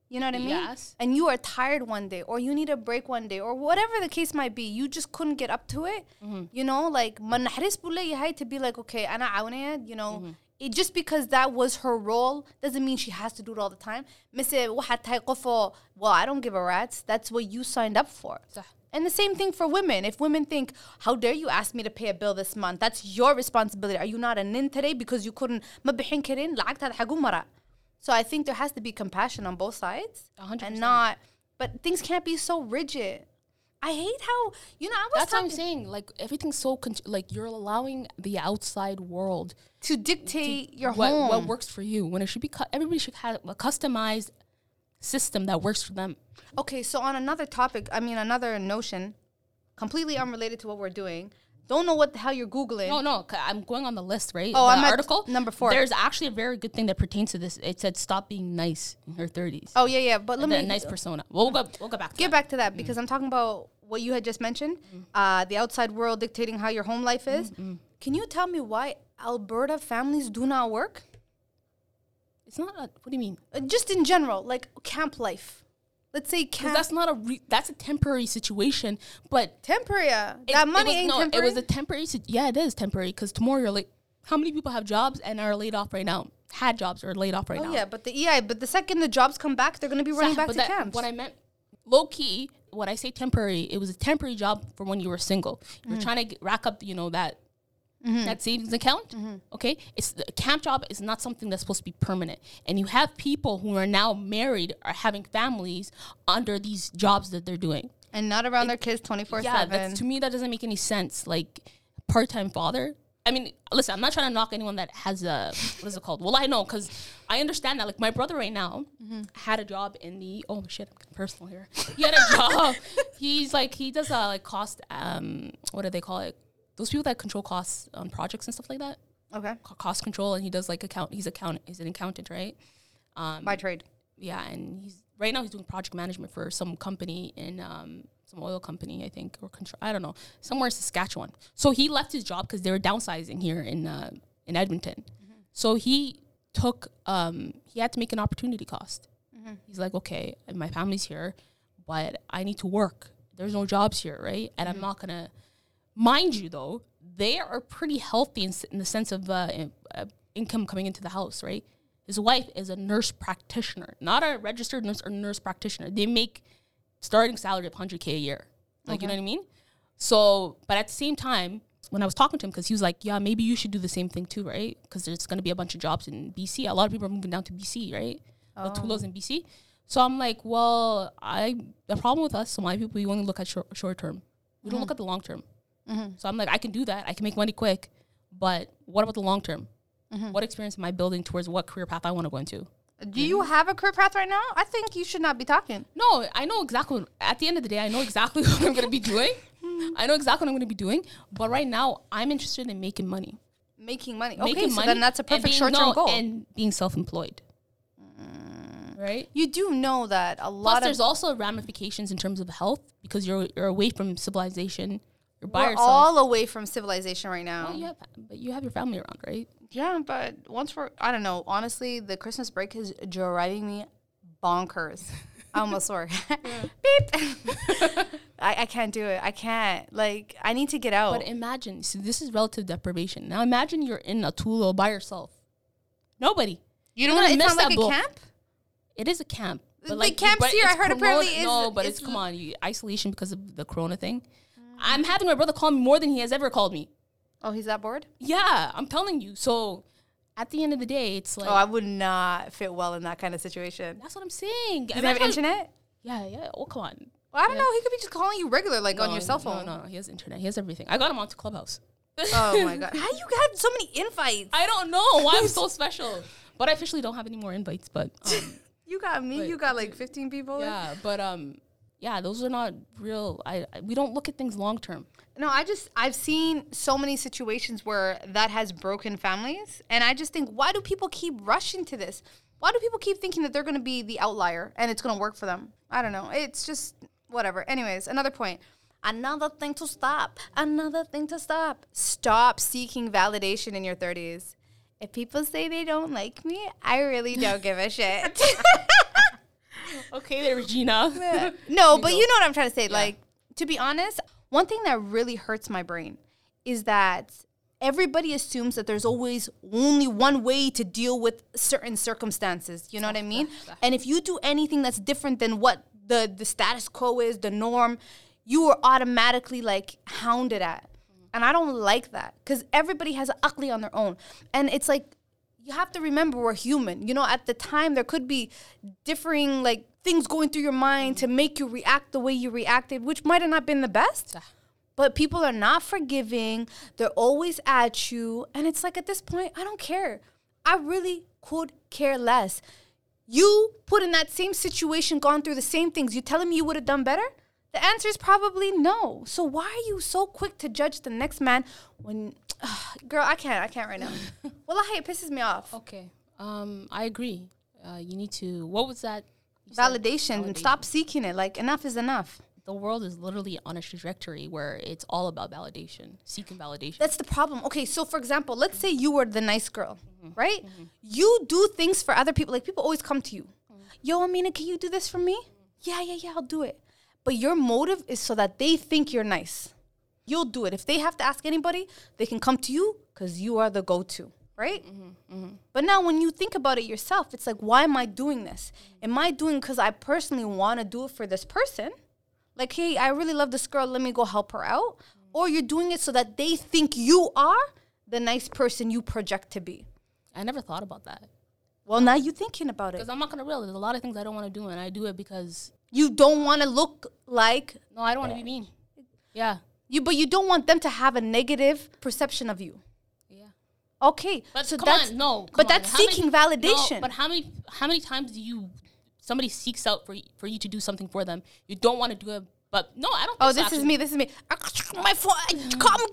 you know what I mean? Yes. and you are tired one day or you need a break one day or whatever the case might be you just couldn't get up to it you know like من نحرس بولا يا هاي to be like okay أنا عاونة you know it just because that was her role doesn't mean she has to do it all the time. مثل واحد تايقفه, well, I don't give a rat's. That's what you signed up for. صح. And the same thing for women. If women think, how dare you ask me to pay a bill this month? That's your responsibility. Are you not a nin today because you couldn't? ما بحنكرين لعقت هذا حقوم مرة. So I think there has to be compassion on both sides. A hundred And percent. not, but things can't be so rigid. I hate how, you know, I was That's what I'm talking saying. Like everything's so con- like you're allowing the outside world to dictate your what, home. what works for you when it should be cu- everybody should have a customized system that works for them. Okay, so on another topic, I mean another notion, completely unrelated to what we're doing. Don't know what the hell you're googling. No, no, 'cause I'm going on the list, right? Oh, the I'm at article number four. There's actually a very good thing that pertains to this. It said stop being nice in her 30s. Oh yeah, yeah. But let The me nice Mm-hmm. persona. We'll go. We'll go back. To get that. back to that because I'm talking about what you had just mentioned, Mm-hmm. uh, the outside world dictating how your home life is. Can you tell me why Alberta families do not work? It's not. A, what do you mean? Uh, Just in general, like camp life. Let's say 'Cause camp. that's not a. Re- that's a temporary situation. But temporary. That it- it money was- ain't no, temporary. It was a temporary. si- Yeah, it is temporary. Because tomorrow you're like, how many people have jobs and are laid off right now? Had jobs or laid off right oh now? yeah, but the EI. But the second the jobs come back, they're gonna be running Yeah, back but to that- camps. What I meant, low key, when I say temporary, it was a temporary job for when you were single. Mm. You're trying to get, rack up, you know, that Mm-hmm. that savings account. Okay, it's a camp job is not something that's supposed to be permanent. And you have people who are now married or having families under these jobs that they're doing. and not around their kids twenty four Yeah, seven. that's, to me that doesn't make any sense. Like part time father. I mean, listen, I'm not trying to knock anyone that has a what is it called? Well, I know because I understand that. Like my brother right now had a job in the oh shit, I'm getting personal here. He had a job. He's like he does uh, like cost um what do they call it? Those people that control costs on projects and stuff like that. Okay. Co- Cost control, and he does like account. He's account. He's an accountant, right? By trade. yeah, and he's right now he's doing project management for some company in um, some oil company, I think, or contr- I don't know, somewhere in Saskatchewan. So he left his job because they were downsizing here in uh, in Edmonton. So he took um, he had to make an opportunity cost. He's like, okay, my family's here, but I need to work. There's no jobs here, right? And I'm not gonna mind you though they are pretty healthy in, s- in the sense of uh, in- uh, income coming into the house right his wife is a nurse practitioner not a registered nurse or nurse practitioner they make starting salary of 100k a year like you know what i mean so but at the same time when i was talking to him because he was like yeah maybe you should do the same thing too right because there's going to be a bunch of jobs in bc a lot of people are moving down to bc right oh. tulo's in bc so i'm like well i the problem with us somali people we only look at short, short term we don't look at the long term so I'm like, I can do that. I can make money quick. But what about the long term? Mm-hmm. What experience am I building towards what career path I want to go into? Do you have a career path right now? I think you should not be talking. No, I know exactly. At the end of the day, I know exactly what I'm going to be doing. I know exactly what I'm going to be doing. But right now, I'm interested in making money. Making money. okay, making so money then that's a and perfect being- short term no, goal. And being self employed. Right? you do know that a Plus, lot there's of also ramifications in terms of health because you're, you're away from civilization. You're by we're yourself. all away from civilization right now. you have, but you have your family around, right? Yeah, but once we're I don't know. Honestly, the Christmas break is driving me bonkers. I almost swore. Beep. I, I can't do it. I can't. Like I need to get out. But imagine, see, this is relative deprivation. Now imagine you're in a Tulo by yourself. Nobody. you you're know what? gonna It miss sounds that like a bowl. camp. It is a camp. The like, camps but here, it's I heard apparently is- No, but it's, is- Mm. come on, you, isolation because of the corona thing. I'm having my brother call me more than he has ever called me. Oh, he's that bored. Yeah, I'm telling you. So at the end of the day, it's like Oh, I would not fit well in that kind of situation. that's what I'm saying. Does he have internet? Yeah, yeah. Oh, come on. Well, I don't know. He could be just calling you regular, like on No, your cell no, phone. No, no, no. He has internet. He has everything. I got him onto Clubhouse. Oh my god! How you had so many invites? I don't know why I'm so special, but I officially don't have any more invites. But um, You got me. you got like 15 people. yeah but um yeah those are not real i, I we don't look at things long term No, I just I've seen so many situations where that has broken families, and I just think why do people keep rushing to this? Why do people keep thinking that they're going to be the outlier and it's going to work for them? I don't know. It's just whatever. Anyways, another point. Another thing to stop. Another thing to stop. Stop seeking validation in your 30s. If people say they don't like me, I really don't give a shit. okay there regina no, but you know what I'm trying to say. Like, to be honest, one thing that really hurts my brain is that everybody assumes that there's always only one way to deal with certain circumstances. You know what I mean? And if you do anything that's different than what the, the status quo is, the norm, you are automatically like hounded at. And I don't like that because everybody has an ugly on their own. And it's like, you have to remember we're human. You know, at the time there could be differing like things going through your mind to make you react the way you reacted, which might have not been the best. But people are not forgiving. They're always at you. And it's like at this point, I don't care. I really could care less. You put in that same situation, gone through the same things. You telling me you would have done better? The answer is probably no. So why are you so quick to judge the next man when girl, I can't, I can't right now. well, I it pisses me off. Okay. Um, I agree. Uh, you need to. What was that? you said? validation and stop seeking it. Like enough is enough. The world is literally on a trajectory where it's all about validation, seeking validation. That's the problem. Okay, so for example, let's say you were the nice girl, right? You do things for other people. Like people always come to you. Yo, Amina, can you do this for me? Yeah, yeah, yeah, I'll do it. But your motive is so that they think you're nice. You'll do it. If they have to ask anybody, they can come to you because you are the go to, right? But now when you think about it yourself, it's like, why am I doing this? Am I doing because I personally want to do it for this person? like, hey, I really love this girl, let me go help her out. Or you're doing it so that they think you are the nice person you project to be. I never thought about that Well, now you're thinking about it. because I'm not gonna real. There's a lot of things I don't want to do, and I do it because You don't want to look like no, I don't want to be mean. Yeah, you, but you don't want them to have a negative perception of you. yeah. Okay, But so come that's on, no. come but on. that's How many- seeking no, validation. but how many how many times do you somebody seeks out for y- for you to do something for them? You don't want to do it, but no, I don't. Think oh, so, this is actually. me. This is me. My phone. Call me.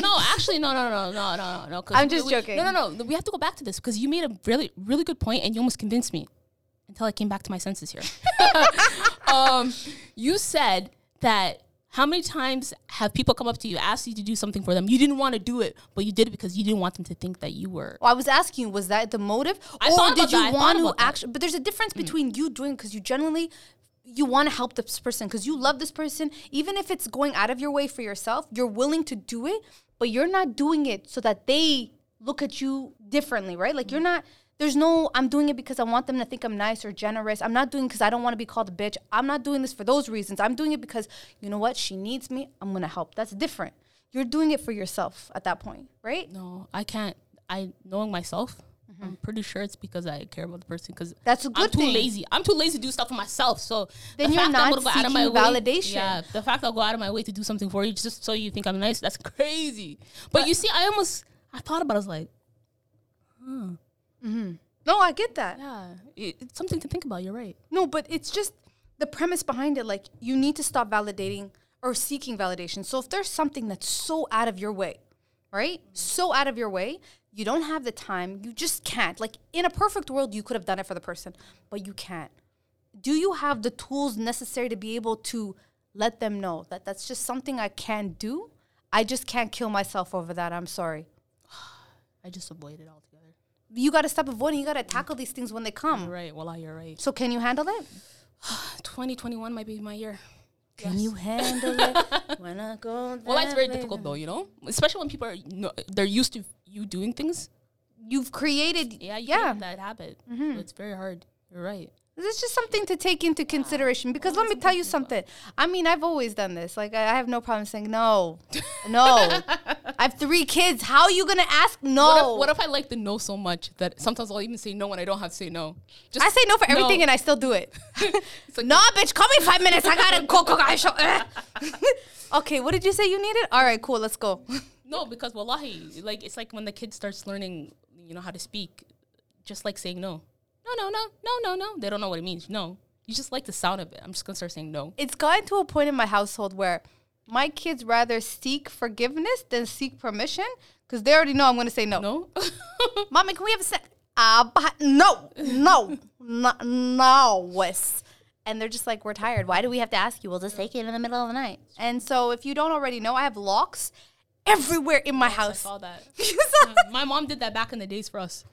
No, actually, no, no, no, no, no, no, no. 'cause I'm just we- joking. No, no, no. We have to go back to this because you made a really, really good point, and you almost convinced me until I came back to my senses here. um, you said that how many times have people come up to you, asked you to do something for them, you didn't want to do it, but you did it because you didn't want them to think that you were. Well, I was asking you, was that the motive, I or thought did about you that. I want thought to about that. Hmm. actually? But there's a difference between you doing because you generally you want to help this person because you love this person, even if it's going out of your way for yourself. You're willing to do it, but you're not doing it so that they look at you differently, right? Like you're Hmm. not. There's no. I'm doing it because I want them to think I'm nice or generous. I'm not doing because I don't want to be called a bitch. I'm not doing this for those reasons. I'm doing it because you know what? She needs me. I'm gonna help. That's different. You're doing it for yourself at that point, right? No, I can't. I knowing myself, I'm pretty sure it's because I care about the person. Because Mm-hmm. That's a I'm good too thing. lazy. I'm too lazy to do stuff for myself. So Then the you're fact that I'm not gonna go out of my seeking way- validation. yeah, the fact I'll go out of my way to do something for you just so you think I'm nice. That's crazy. But, you see, I almost I thought about. it, I was like, No, I get that. yeah, it- it's something to think about. You're right. No, but it's just the premise behind it. Like, you need to stop validating or seeking validation. So, if there's something that's so out of your way, right? So out of your way, you don't have the time, you just can't. Like, in a perfect world, you could have done it for the person, but you can't. Do you have the tools necessary to be able to let them know that that's just something I can't do? I just can't kill myself over that. I'm sorry. I just avoid it altogether. You got to stop avoiding. You got to tackle these things when they You're come. right. Well, you're right. So, can you handle it? 2021 might be my year. Can you handle it when I go? Well, that's very there? difficult though. You know, especially when people are you know, they're used to you doing things. You've created, Yeah, you yeah. Mm-hmm. yeah. that habit. So it's very hard. You're right. This is just something to take Ah, into consideration because oh, let me tell you something. I mean, I've always done this. Like, I I have no problem saying no, no. I have three kids. How are you gonna ask What no? if, what if I like the no so much that sometimes I'll even say no when I don't have to say no? Just I say no for everything and I still do it. It's like- no, bitch, call me five minutes. I gotta go. go, go I show. okay, what did you say you needed? All right, cool. Let's go. no because wallahi, like it's like when the kid starts learning, you know how to speak, just like saying no, no, no, no, no, no, no. They don't know what it means. No, you just like the sound of it. I'm just gonna start saying no. it's gotten to a point in my household where my kids rather seek forgiveness than seek permission because they already know I'm going to say no. No, Mommy, can we have a sec? Uh, but no, no, no, no. it's- And they're just like, we're tired. Why do we have to ask you? We'll just take it in the middle of the night. And so if you don't already know, I have locks everywhere in my I house. saw that. You saw that? My mom did that back in the days for us.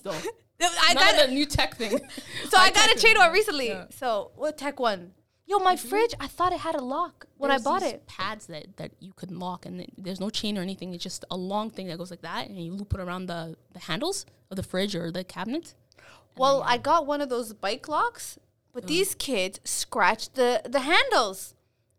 though, I not got the new tech thing. so I High got tech a thing. chain on recently. Yeah. Mm-hmm. So what tech one? Yo, my fridge, I thought it had a lock when I There's bought these it. Pads that, that you can lock, and it- there's no chain or anything. It's just a long thing that goes like that, and you loop it around the, the handles of the fridge or the cabinet. Well, I got one of those bike locks, but Oh. these kids scratched the, the handles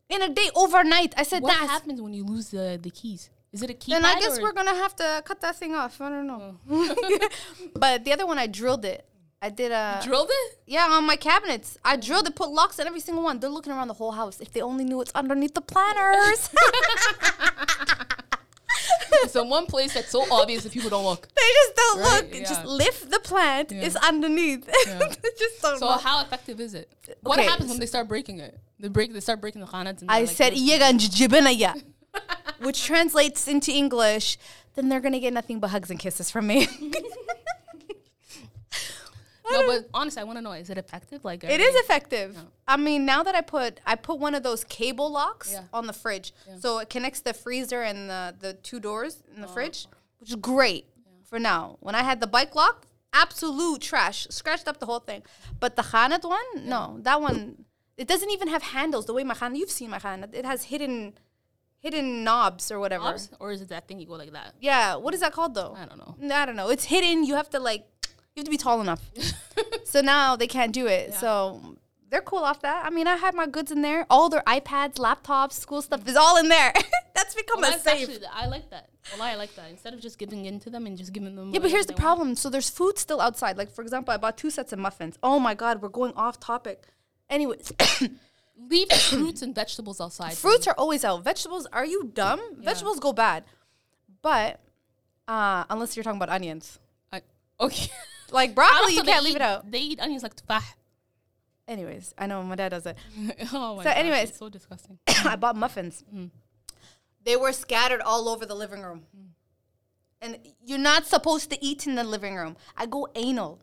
in a day overnight. I said, What that's happens when you lose the, the keys? Is it a key? Then I guess we're gonna have to cut that thing off. I don't know. Oh. but the other one, I drilled it. I did a drilled it. yeah on my cabinets. I drilled it, put locks in every single one. They're looking around the whole house. If they only knew what's underneath the planners, It's in one place that's so obvious that people don't look. they just don't Right, look. Just yeah. lift the plant. Yeah. It's underneath. They just don't So look. how effective is it? What Okay, happens so- when they start breaking it? They break. They start breaking the khanats. And I they're like, said "This- "Iyegan jijibinaya," which translates into English. Then they're gonna get nothing but hugs and kisses from me. no, but honestly, I want to know: is it effective? Like It is effective. I mean, now that I put I put one of those cable locks Yeah. Oh. on the fridge, so it connects the freezer and the the two doors in the fridge, which is great for now. When I had the bike lock, absolute trash, scratched up the whole thing. But the Khanat one, no, that one it doesn't even have handles. The way my Khanat, you've seen my Khanat, it has hidden hidden knobs or whatever. Knobs? or is it that thing you go like that? Yeah, what is that called though? I don't know. I don't know. It's hidden. You have to like, you have to be tall enough. so now they can't do it. So they're cool off that. I mean, I had my goods in there. All their iPads, laptops, school stuff is all in there. that's become Well, a that's safe. actually- I like that. Well, I like that. Instead of just giving in to them and just giving them. yeah, but whatever here's the they want. problem. So there's food still outside. Like for example, I bought two sets of muffins. Oh my god, we're going off topic. Anyways, Leave fruits and vegetables outside. fruits are always out. Vegetables, are you dumb? Vegetables go bad. But uh, unless you're talking about onions, I, okay. like broccoli, Also, you they can't leave eat- it out. They eat onions like tufah. Anyways, I know my dad does it. oh my So gosh, anyways- it's so disgusting. I bought muffins. They were scattered all over the living room. And you're not supposed to eat in the living room. I go anal,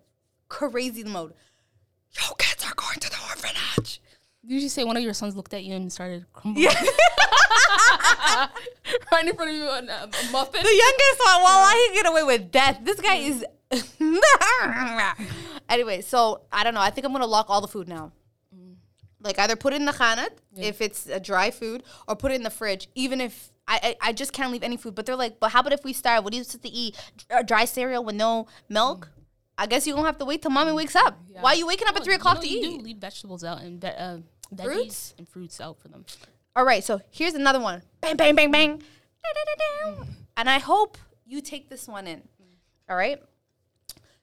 crazy mode. Yo, kids are going to the orphanage. Did you say one of your sons looked at you and started crumbling? right in front of you, on a, a muffin. The youngest one, while he get away with death. This guy is. anyway, so I don't know. I think I'm gonna lock all the food now. Like either put it in the khanat if it's a dry food, or put it in the fridge. Even if I, I, I just can't leave any food. But they're like, but how about if we starve? What are you supposed to eat? Dr- Dry cereal with no milk? I guess you're gonna have to wait till mommy wakes up. Why are you waking up No, at three you o'clock know, to you eat? Do leave vegetables out and ve- uh, veggies Fruits? and fruits out for them. All right, so here's another one. Bang, bang, bang, bang. Da-da-da-da. And I hope you take this one in. All right.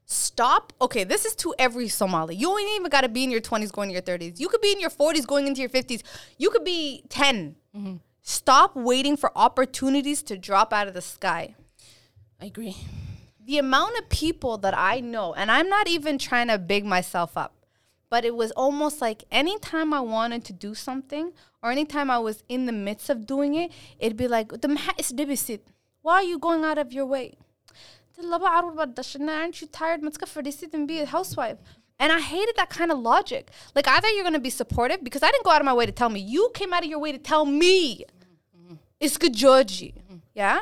Stop. Okay, this is to every Somali. You ain't even got to be in your 20s going to your 30s. You could be in your 40s going into your 50s. You could be 10. Stop waiting for opportunities to drop out of the sky I agree. the amount of people that I know, and I'm not even trying to big myself up, but it was almost like anytime I wanted to do something or anytime I was in the midst of doing it, it'd be like, "The maha is deficit. Why are you going out of your way? "Tilla ba arwa ba dashna, Aren't you tired? Matska farisit and be a housewife. And I hated that kind of logic. Like, either you're going to be supportive, because I didn't go out of my way to tell me. You came out of your way to tell me. It's good, Georgie. Yeah?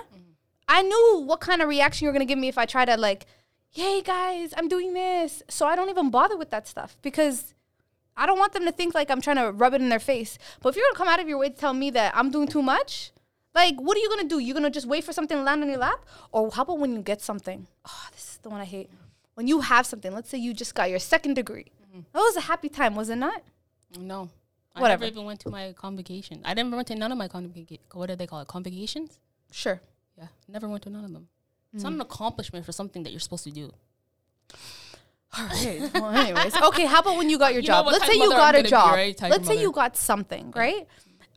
I knew what kind of reaction you were gonna give me if I tried to like, "Yay, guys, I'm doing this." So I don't even bother with that stuff because I don't want them to think like I'm trying to rub it in their face. But if you're gonna come out of your way to tell me that I'm doing too much, like, what are you gonna do? You're gonna just wait for something to land on your lap, or how about when you get something? Oh, this is the one I hate. When you have something, let's say you just got your second degree. That was a happy time, was it not? No. I Whatever. never even went to my convocation. I never went to none of my convocation. What do they call it? Convocations? Sure. Yeah, never went to none of them. It's Mm. not an accomplishment for something that you're supposed to do. All right. Well, anyways, okay. How about when you got your You know job? what Let's type say you mother I'm got a gonna be, job. right? Type Let's say mother. you got something, right?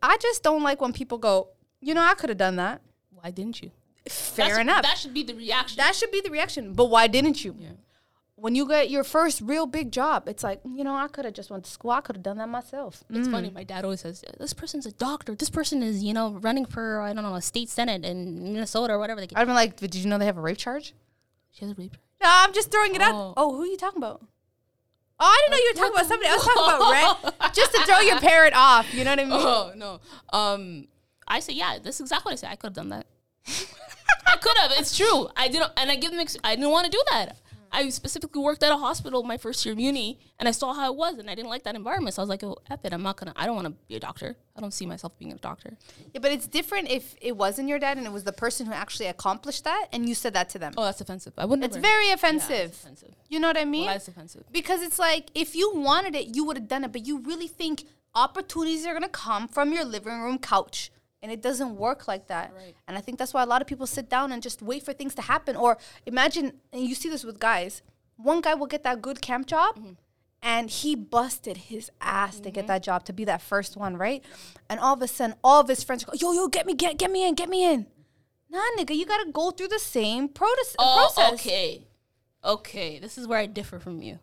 I just don't like when people go, you know, I could have done that. Why didn't you? Fair That's- enough. That should be the reaction. that should be the reaction. But why didn't you? When you get your first real big job, it's like, you know, I could have just went to school. I could have done that myself. it's funny. My dad always says, "This person's a doctor. This person is, you know, running for I don't know a state senate in Minnesota or whatever." They I'd have been like, but did you know they have a rape charge? she has a rape. No, I'm just throwing it Oh. out. Oh, who are you talking about? Oh, I didn't know you were talking about somebody. I was talking about rent. Just to throw your parent off. You know what I mean? Oh no. Um, I say yeah. That's exactly what I said. I could have done that. I could have. It's true. I didn't, and I give them. Ex- I didn't want to do that. I specifically worked at a hospital my first year of uni, and I saw how it was, and I didn't like that environment. So I was like, "Oh, F it! I'm not gonna. I don't want to be a doctor. I don't see myself being a doctor." Yeah, but it's different if it wasn't your dad and it was the person who actually accomplished that and you said that to them. Oh, that's offensive. I wouldn't. it's ever- very Yeah, offensive. it's offensive. You know what I mean? Well, that's offensive. because it's like if you wanted it, you would have done it, but you really think opportunities are going to come from your living room couch. And it doesn't work like that. Right. And I think that's why a lot of people sit down and just wait for things to happen. Or imagine, and you see this with guys, one guy will get that good camp job Mm-hmm. and he busted his ass to get that job to be that first one, right? And all of a sudden, all of his friends go, yo, yo, get me, get, get me in, get me in. Nah, nigga, you gotta go through the same protis- Oh, process. okay, okay. This is where I differ from you.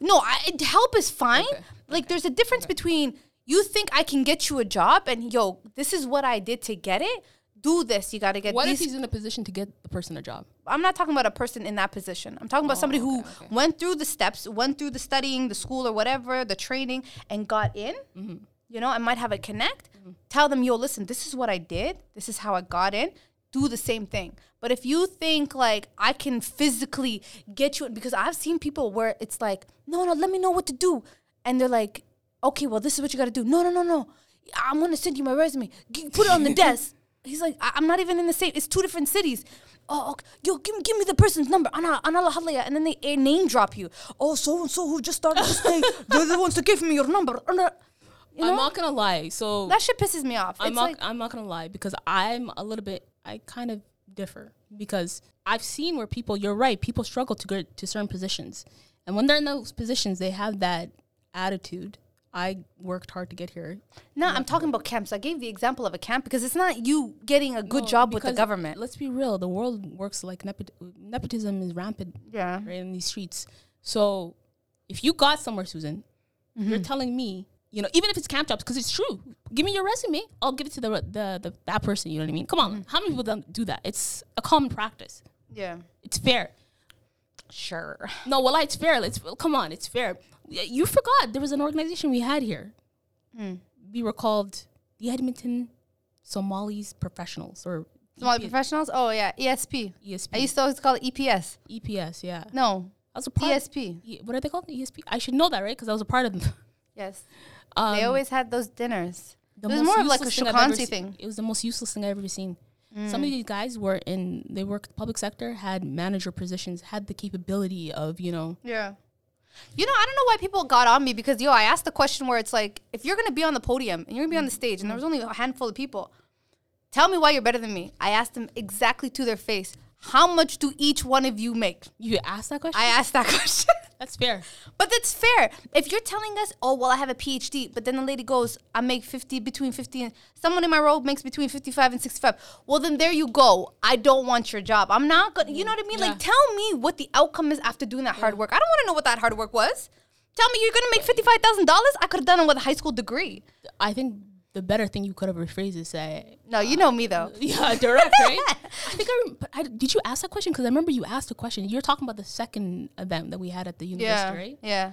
No, I, it- help is fine. Like, there's a difference between you think I can get you a job and yo, this is what I did to get it. Do this. You got to get What if these. he's in a position to get the person a job? I'm not talking about a person in that position. I'm talking about somebody who went through the steps, went through the studying, the school or whatever, the training, and got in. You know, and might have a connect. Tell them, yo, listen, this is what I did. This is how I got in. Do the same thing. But if you think like I can physically get you, in- because I've seen people where it's like, no, no, let me know what to do, and they're like, okay, well, this is what you got to do. No, no, no, no. I'm gonna send you my resume. G- Put it on the desk. He's like, I- I'm not even in the same. It's two different cities. Oh, okay. yo, give me, give me the person's number. Ana, Ana Lahalaya, and then they eh, name drop you. Oh, so and so who just started this thing. They're the ones that gave me your number. Ana- You know? I'm not gonna lie. So that shit pisses me off. I'm it's not, like, I'm not gonna lie because I'm a little bit I kind of differ because I've seen where people you're right people struggle to get to certain positions and when they're in those positions they have that attitude I worked hard to get here no, I'm talking about camps. I gave the example of a camp because it's not you getting a good No, job with the because government. let's be real the world works like nepot- nepotism is rampant Yeah. right in these streets so if you got somewhere Susan Mm-hmm. you're telling me you know even if it's camp jobs because it's true give me your resume I'll give it to the, the, the that person you know what I mean come on Mm-hmm. how many people don't do that it's a common practice Yeah. It's fair. Sure. No, well, it's fair. Let's well, come on. It's fair. Y- You forgot there was an organization we had here. Hmm. We were called the Edmonton Somalis Professionals or E Somali professionals? Oh, yeah. ESP. ESP. I used to always call it EPS. EPS. E Yeah, I No, was a part. ESP. E- What are they called? ESP. I should know that, right? Because I was a part of them. Yes. Um, they always had those dinners. the it was most more of like a useless thing I've ever shakansi seen- thing. Hmm. It was the most useless thing I've ever seen. Some of these guys were in. They worked public sector, had manager positions, had the capability of you know. Yeah. You know, I don't know why people got on me because yo, I asked the question where it's like, if you're gonna be on the podium and you're gonna be on the stage, and there was only a handful of people, tell me why you're better than me. I asked them exactly to their face, how much do each one of you make? You asked that question. I asked that question. That's fair. But that's fair. If you're telling us, oh well, I have a PhD, but then the lady goes, I make fifty between fifty and someone in my role makes between fifty-five and sixty-five. Well, then there you go. I don't want your job. I'm not gonna. You know what I mean? Like, Yeah. tell me what the outcome is after doing that hard work. I don't want to know what that hard work was. Tell me you're gonna make fifty-five thousand dollars. I could have done it with a high school degree. I think the better thing you could have rephrased is say, No, you know me though. yeah, direct, right? I think I, rem- but I did you ask that question? Because I remember you asked a question. You're talking about the second event that we had at the university, Yeah, right? yeah.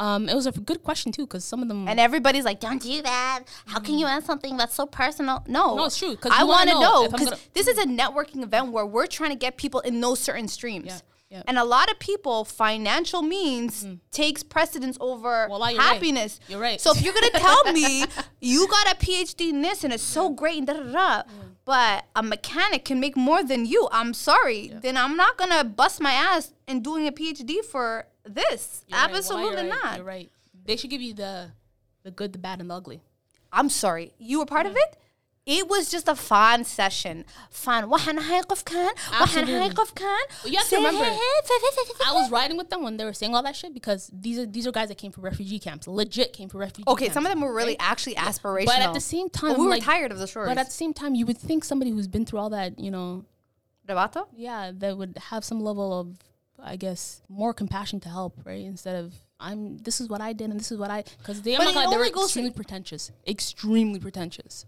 Um, it was a good question too, because some of them. And everybody's like, "Don't do that. How can you ask something that's so personal?" No, Mm. No, it's true, 'cause I you want wanna to know know if I'm because gonna- this is a networking event where we're trying to get people in those certain streams. Yeah, yeah. And a lot of people, financial means takes precedence over Wallah, you're right. happiness. You're right. So if you're gonna tell me you got a PhD in this and it's so great and da da da, but a mechanic can make more than you, I'm sorry. Then I'm not gonna bust my ass in doing a PhD for this. You're right. Wallah, Absolutely you're right, not. You're right. They should give you the, the good, the bad, and the ugly. I'm sorry, you were part of it? It was just a fun session. Fun. وحنا هيقف كان Absolutely. وحنا هيقف كان But you have to Say remember, hey, hey, fe- fe- fe- fe- I was riding with them when they were saying all that shit because these are these are guys that came from refugee camps, legit came from refugee. Okay, camps. some of them were really actually aspirational. But at the same time, we were like- tired of the stories. But at the same time, you would think somebody who's been through all that, you know, Rebato? yeah, that would have some level of, I guess, more compassion to help, right? Instead of I'm this is what I did and this is what I because they, I'm But not it gonna- they were only goes to- extremely pretentious, extremely pretentious.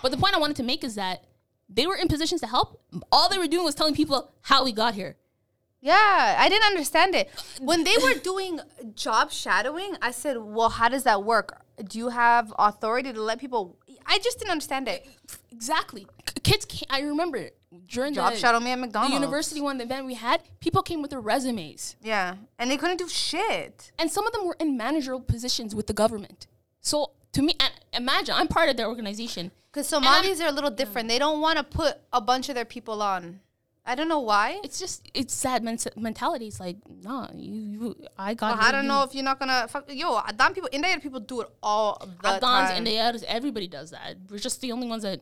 but the point I wanted to make is that they were in positions to help. All they were doing was telling people how we got here. Yeah, I didn't understand it. When they were doing job shadowing, I said, "Well, how does that work? Do you have authority to let people?" I just didn't understand it. Exactly, K- kids. Can't, I remember during Job the, shadow me at the McDonald's. university one the event we had, people came with their resumes, Yeah, and they couldn't do shit. and some of them were in managerial positions with the government. So to me, and imagine I'm part of their organization. Because I'm- Somalis are a little different. They don't want to put a bunch of their people on. I don't know why. It's just it's sad men- mentality. It's like nah, you, you I got. I here, don't you- know if you're not gonna fuck. Yo, Adan people, Indian people do it all the Afghans, time. Indians, everybody does that. We're just the only ones that.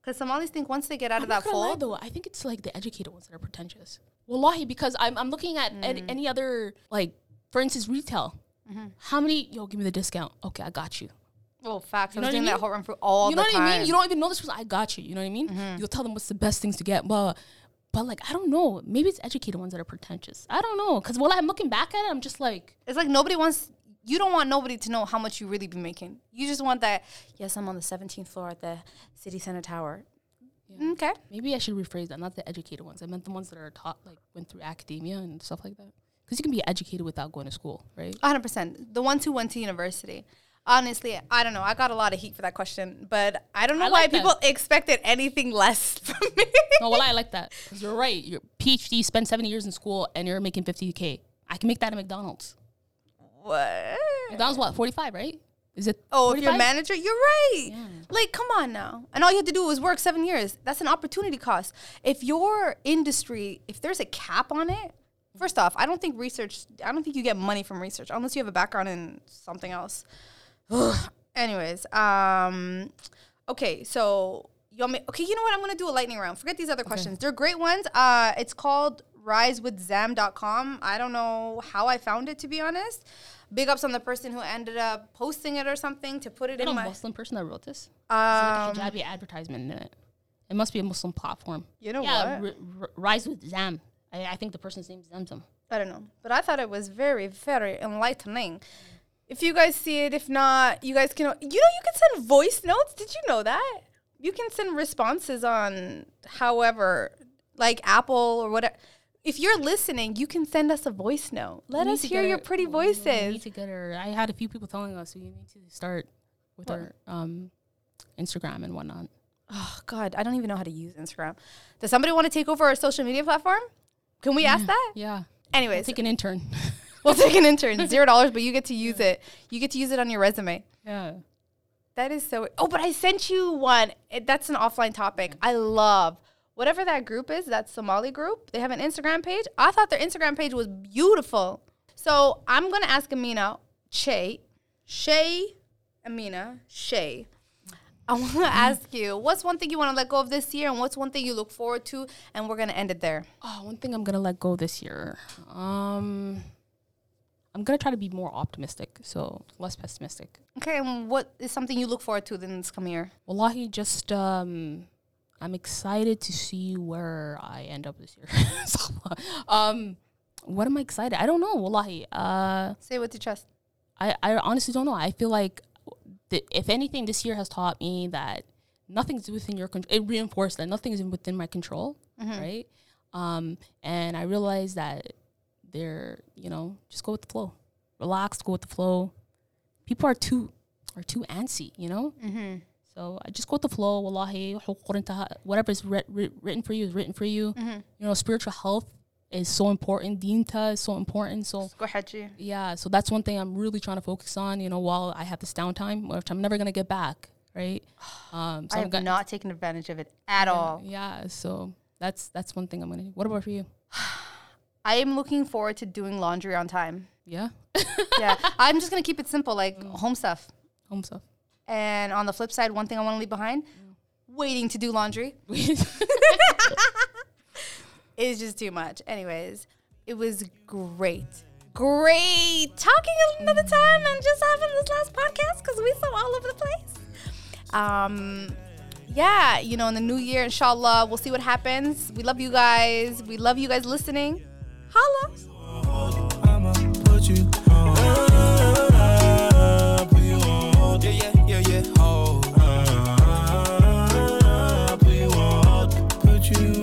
Because Somalis think once they get out I'm of not that gonna lie, fold, though. I think it's like the educated ones that are pretentious. Wallahi, because I'm, I'm looking at Mm. an- any other, like, for instance, retail. Mm-hmm. How many, yo, give me the discount. Okay, I got you. oh facts. You I was know what I doing mean? that whole run for all you know the what time. Mm-hmm. I mean? You don't even know this person. I got you. You know what I mean? You'll tell them what's the best things to get, but, but like, I don't know. Maybe it's educated ones that are pretentious. I don't know. Because while I'm looking back at it, I'm just like, It's like nobody wants. You don't want nobody to know how much you really be making. You just want that. Yes, I'm on the 17th floor at the city center tower. Okay. maybe I should rephrase that. Not the educated ones. I meant the ones that are taught, like, went through academia and stuff like that. Because you can be educated without going to school, right? 100%. The ones who went to university. Honestly, I don't know. I got a lot of heat for that question, but I don't know I why like that. people expected anything less from me. No, well, I like that. 'Cause you're right. Your PhD, spend 70 years in school, and you're making 50K. I can make that at McDonald's. what? McDonald's, what, 45, right? Is it? Oh, if you're a 45? manager, you're right. Yeah. Like, come on now. And all you had to do was work seven years. That's an opportunity cost. If your industry, if there's a cap on it, first off, I don't think research, I don't think you get money from research unless you have a background in something else. Ugh. Anyways, um, okay, so you want me, okay, you know what? I'm gonna do a lightning round. Forget these other questions. They're great ones. Uh, it's called risewithzam.com. I don't know how I found it to be honest. Big ups on the person who ended up posting it or something to put it Is it in a my. Muslim person that wrote this? Um, It's like a hijabi advertisement in it. It must be a Muslim platform. You know yeah, what? R- r- Rise with Zam. I, I think the person's name is Zamzam. I don't know, but I thought it was very, very enlightening. If you guys see it, if not, you guys can. You know, you can send voice notes. Did you know that? You can send responses on however, like Apple or whatever. If you're listening, you can send us a voice note. Let We need us to hear get your her- pretty we- We need voices. to get her. I had a few people telling us we need to start with What? our um, Instagram and whatnot. Oh God, I don't even know how to use Instagram. Does somebody want to take over our social media platform? Can we ask that? Yeah. Anyways, Take an intern. we'll take an intern. Zero dollars, but you get to use it. You get to use it on your resume. yeah. That is so. Oh, but I sent you one. It, that's an offline topic. I love whatever that group is. That Somali group. They have an Instagram page. I thought their Instagram page was beautiful. So I'm gonna ask Amina, Che, Shay, Amina, Shay. I want to ask you, what's one thing you want to let go of this year, and what's one thing you look forward to? And we're gonna end it there. Oh, one thing I'm gonna let go this year. Um, I'm gonna try to be more optimistic, so less pessimistic. Okay. And what is something you look forward to in this coming year? Wallahi, just um, I'm excited to see where I end up this year. So, um, what am I excited? I don't know. Wallahi, uh, Say what you trust. I, I honestly don't know. I feel like th- if anything, this year has taught me that nothing's within your control. It reinforced that nothing is within my control, right? Um, and I realized that there, you know, just go with the flow, relax, go with the flow. People are too are too antsy, you know. Mm-hmm. So I just go with the flow. Wallahi, حقوق انتهى- whatever is writ- writ- written for you is written for you. You know, spiritual health is so important. Dinta is so important. So Go ahead, G. yeah, so that's one thing I'm really trying to focus on, you know, while I have this downtime, which I'm never going to get back, right? Um, so I I'm have go- not taken advantage of it at all. Yeah, so that's that's one thing I'm going to do. What about for you? I am looking forward to doing laundry on time. Yeah, Yeah. I'm just going to keep it simple, like home stuff. home stuff. And on the flip side, one thing I want to leave behind waiting to do laundry is just too much. Anyways, it was great. Great talking another time and just having this last podcast because we so all over the place. Um, yeah, you know, in the new year, inshallah, we'll see what happens. We love you guys. We love you guys listening. Holla. I'ma put you on. Uh, put you on. Yeah, yeah, yeah, yeah. Oh. Uh, put you on. Put you